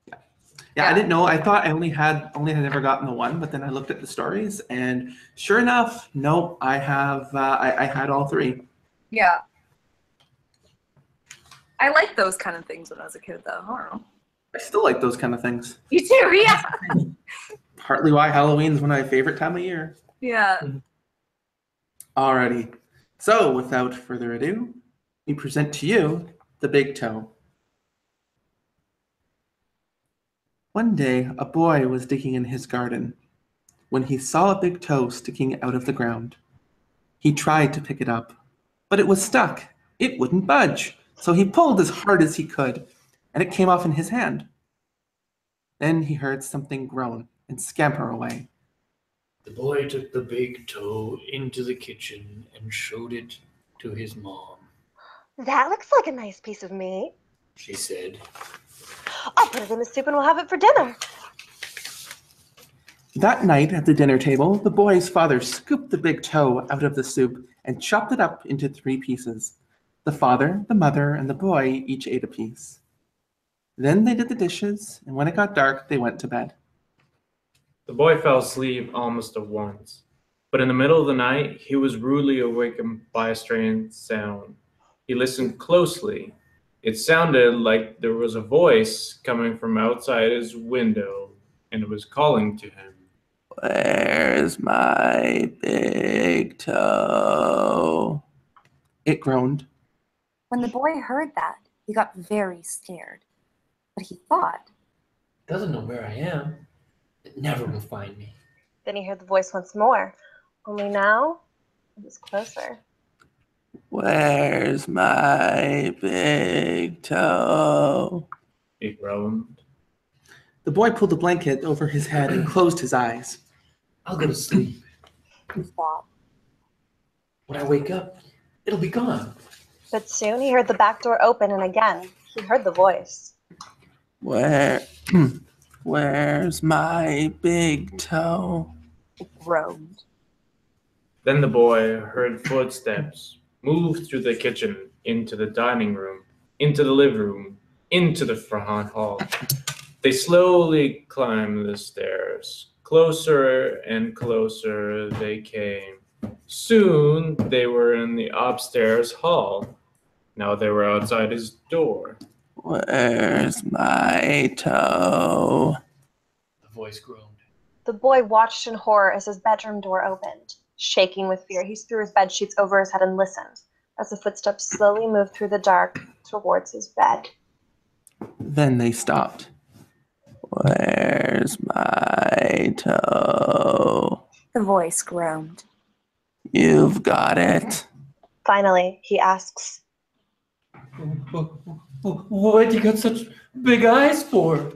C: Yeah, I
D: Yeah.
C: didn't know. I thought I only had only had ever gotten the one, but then I looked at the stories, and sure enough, nope, I have uh, I, I had all three.
D: Yeah. I liked those kind of things when I was a kid, though. I don't know.
C: I still like those kind of things.
D: You too, yeah.
C: Partly why Halloween's one of my favorite time of year.
D: Yeah.
C: Alrighty. So, without further ado, we present to you the Big Toe. One day, a boy was digging in his garden when he saw a big toe sticking out of the ground. He tried to pick it up, but it was stuck. It wouldn't budge, so he pulled as hard as he could, and it came off in his hand. Then he heard something groan and scamper away.
H: The boy took the big toe into the kitchen and showed it to his mom.
E: That looks like a nice piece of meat.
H: She said,
E: I'll put it in the soup and we'll have it for dinner.
C: That night at the dinner table, the boy's father scooped the big toe out of the soup and chopped it up into three pieces. The father, the mother, and the boy each ate a piece. Then they did the dishes, and when it got dark, they went to bed.
G: The boy fell asleep almost at once, but in the middle of the night, he was rudely awakened by a strange sound. He listened closely. It sounded like there was a voice coming from outside his window, and it was calling to him.
C: Where's my big toe? It groaned.
D: When the boy heard that, he got very scared. But he thought,
H: Doesn't know where I am. It never will find me.
E: Then he heard the voice once more. Only now? It was closer.
I: Where's my big toe?
B: He groaned.
C: The boy pulled the blanket over his head and closed his eyes.
A: I'll go to sleep.
E: Stop.
A: When I wake up, it'll be gone.
E: But soon he heard the back door open, and again, he heard the voice.
I: Where? Where's my big toe?
D: It groaned.
B: Then the boy heard footsteps move through the kitchen, into the dining room, into the living room, into the front hall. They slowly climbed the stairs. Closer and closer they came. Soon they were in the upstairs hall. Now they were outside his door.
I: Where's my toe?
A: The voice groaned.
E: The boy watched in horror as his bedroom door opened. Shaking with fear, he threw his bed sheets over his head and listened as the footsteps slowly moved through the dark towards his bed.
C: Then they stopped.
I: Where's my toe?
D: The voice groaned.
I: You've got it.
E: Finally, he asks,
A: Why'd you got such big eyes for?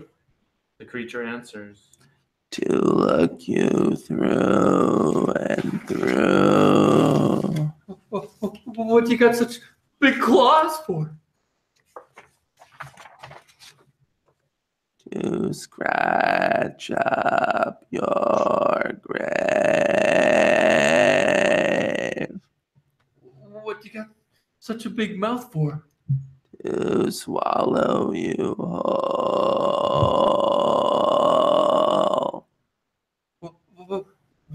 B: The creature answers.
I: To look you through and through.
A: What you got such big claws for?
I: To scratch up your grave.
A: What you got such a big mouth for?
I: to swallow you whole,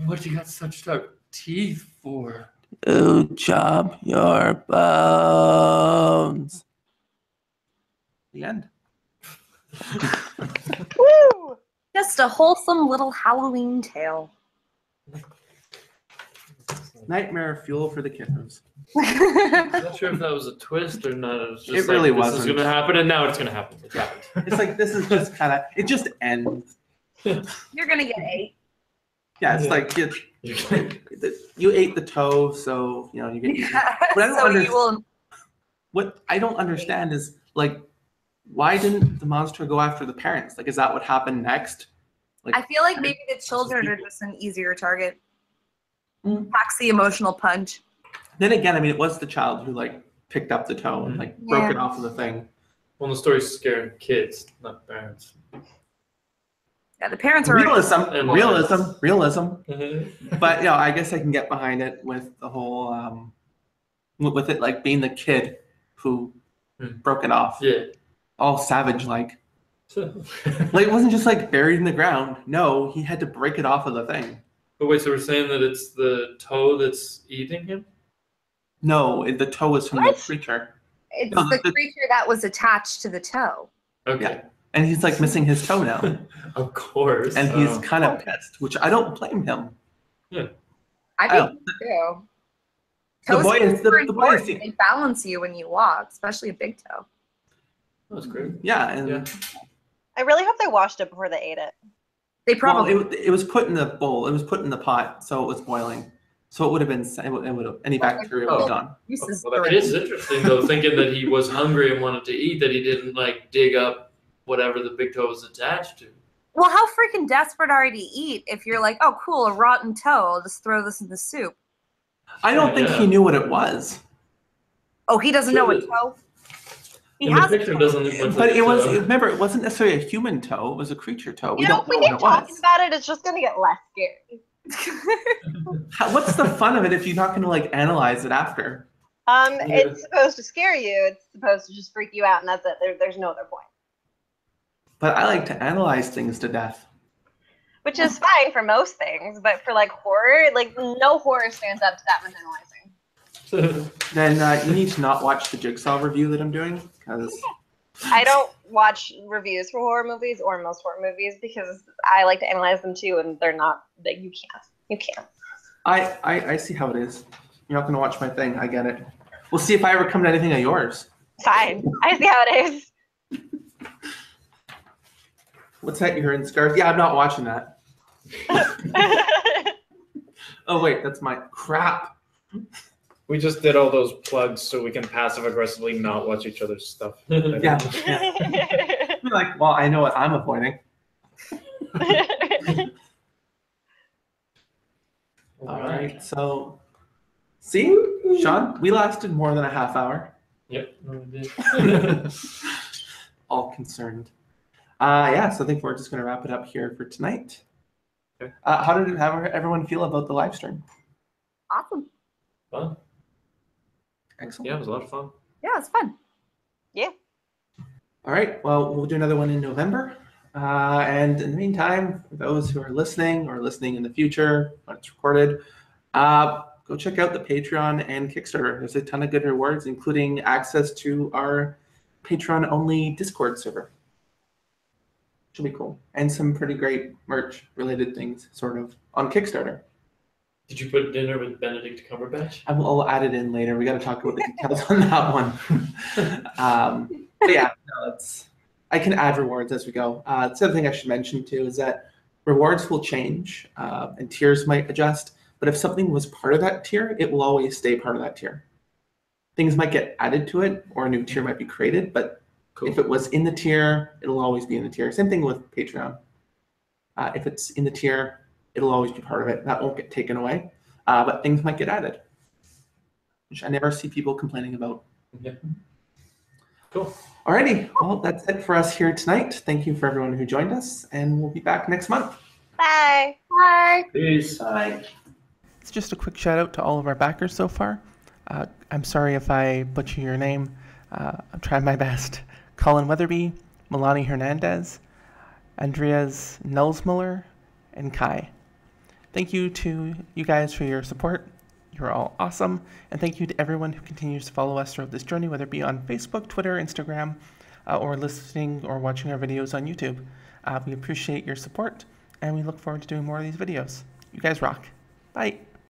A: What you got such sharp teeth for?
I: to chop your bones.
C: The end.
E: Woo!
D: Just a wholesome little Halloween tale.
C: Nightmare fuel for the kittens.
H: I'm not sure if that was a twist or not. It, was just
C: It
H: like,
C: really
H: this is
C: wasn't.
H: going to happen, and now it's going to happen. It's happened.
C: It's like this is just kind of it just ends.
D: You're gonna get eight.
C: Yeah, it's
H: Yeah.
C: like you,
H: You're gonna-
C: you ate the toe, so you know you get. eaten. But I don't
D: so
C: under-
D: you will.
C: What I don't understand is like, why didn't the monster go after the parents? Like, is that what happened next?
D: I feel like maybe the children are
C: people.
D: just an easier target.
C: Mm.
D: Packs the emotional punch.
C: Then again, I mean, it was the child who like picked up the toe and like broke it off of the thing.
H: Well, the story's scaring kids, not parents.
D: Yeah, the parents are.
C: Realism,
H: And-
C: realism, realism.
A: Mm-hmm.
H: That's
C: But you know, I guess I can get behind it with the whole um, with with it like being the kid who
H: Hmm.
C: broke it off,
H: Yeah.
C: all savage like.
H: So,
C: Like it wasn't just like buried in the ground. No, he had to break it off of the thing.
H: but wait, so we're saying that it's the toe that's eating him?
C: No, it, the toe was from
E: What?
C: the creature,
D: It's
C: No,
D: the
C: the-
D: creature that was attached to the toe.
H: Okay.
C: and he's like missing his toe now,
H: Of course.
C: and he's
H: Oh.
C: kind of pissed, which I don't blame him.
D: I
C: I
D: think too.
C: Oh. The
D: Toes
C: boy
D: are
C: is- the-
D: very
C: the boy is-
D: important. They balance you when you walk, especially a big toe.
H: That's great.
C: Yeah, and
H: Yeah.
E: I really hope they washed it before they ate it.
D: They
C: well,
D: probably.
C: it, it was put in the bowl. It was put in the pot, so it was boiling. So it would have been. It would, it would have, any bacteria would
H: Oh.
C: have gone.
D: this is
B: Well,
H: It is interesting though, thinking that he was hungry and wanted to eat, that he didn't like dig up whatever the big toe was attached to.
D: Well, how freaking desperate are you to eat if you're like, oh, cool, a rotten toe. I'll just throw this in the soup.
C: I don't think
H: Yeah.
C: he knew what it was.
D: Oh, he doesn't know what
H: Sure.
D: toe. He
H: And the
D: has.
H: picture doesn't look much
C: But
H: like uh,
C: it
H: a
C: was
H: toe.
C: remember it wasn't necessarily a human toe, it was a creature toe. We
E: you
C: don't
E: know, if we
C: know what
E: keep
C: it
E: talking
C: was.
E: about it, it's just going to get less scary.
C: How- What's the fun of it if you're not gonna like analyze it after?
E: Um,
H: Yeah.
E: It's supposed to scare you. It's supposed to just freak you out, and that's it. There, there's no other point.
C: But I like to analyze things to death.
E: Which is fine for most things, but for like horror, like no horror stands up to that much analyzing.
C: Then uh, you need to not watch the jigsaw review that I'm doing because
E: I don't watch reviews for horror movies or most horror movies because I like to analyze them too, and they're not that you can't. You can't.
C: I, I I see how it is. You're not gonna watch my thing. I get it. We'll see if I ever come to anything of yours.
E: Fine. I see how it is.
C: What's that? You're in scarves? Yeah, I'm not watching that. Oh wait, that's my crap.
B: We just did all those plugs so we can passive aggressively not watch each other's stuff.
C: Yeah. yeah. You're like, well, I know what I'm avoiding. All right. So, see, Sean, we lasted more than a half hour.
A: Yep. no, we did.
C: All concerned. Uh, yeah. So I think we're just going to wrap it up here for tonight.
G: Okay.
C: Uh, how did how everyone feel about the live stream?
D: Awesome.
G: Fun.
C: Excellent.
G: Yeah, it was a lot of fun.
D: Yeah, it's fun.
C: All right. Well, we'll do another one in November. Uh, and in the meantime, for those who are listening or listening in the future when it's recorded, uh, go check out the Patreon and Kickstarter. There's a ton of good rewards, including access to our Patreon only Discord server. Should be cool. And some pretty great merch related things, sort of, on Kickstarter.
A: Did you put dinner with Benedict Cumberbatch?
C: I will I'll add it in later. We got to talk about the details on that one. um, but yeah, no, it's, I can add rewards as we go. Uh, that's the other thing I should mention too is that rewards will change uh, and tiers might adjust. But if something was part of that tier, it will always stay part of that tier. Things might get added to it or a new tier might be created, but
G: Cool.
C: if it was in the tier, it'll always be in the tier. Same thing with Patreon. Uh, if it's in the tier, it'll always be part of it. That won't get taken away, uh, but things might get added, which I never see people complaining about.
A: Yeah.
G: Cool.
C: Alrighty. Well, that's it for us here tonight. Thank you for everyone who joined us, and we'll be back next month.
E: Bye.
D: Bye.
G: Peace.
C: Bye. It's just a quick shout out to all of our backers so far. Uh, I'm sorry if I butcher your name. Uh, I'm trying my best. Colin Weatherby, Milani Hernandez, Andreas Nelsmuller, and Kai. Thank you to you guys for your support. You're all awesome. And thank you to everyone who continues to follow us throughout this journey, whether it be on Facebook, Twitter, Instagram, uh, or listening or watching our videos on YouTube. Uh, we appreciate your support and we look forward to doing more of these videos. You guys rock. Bye.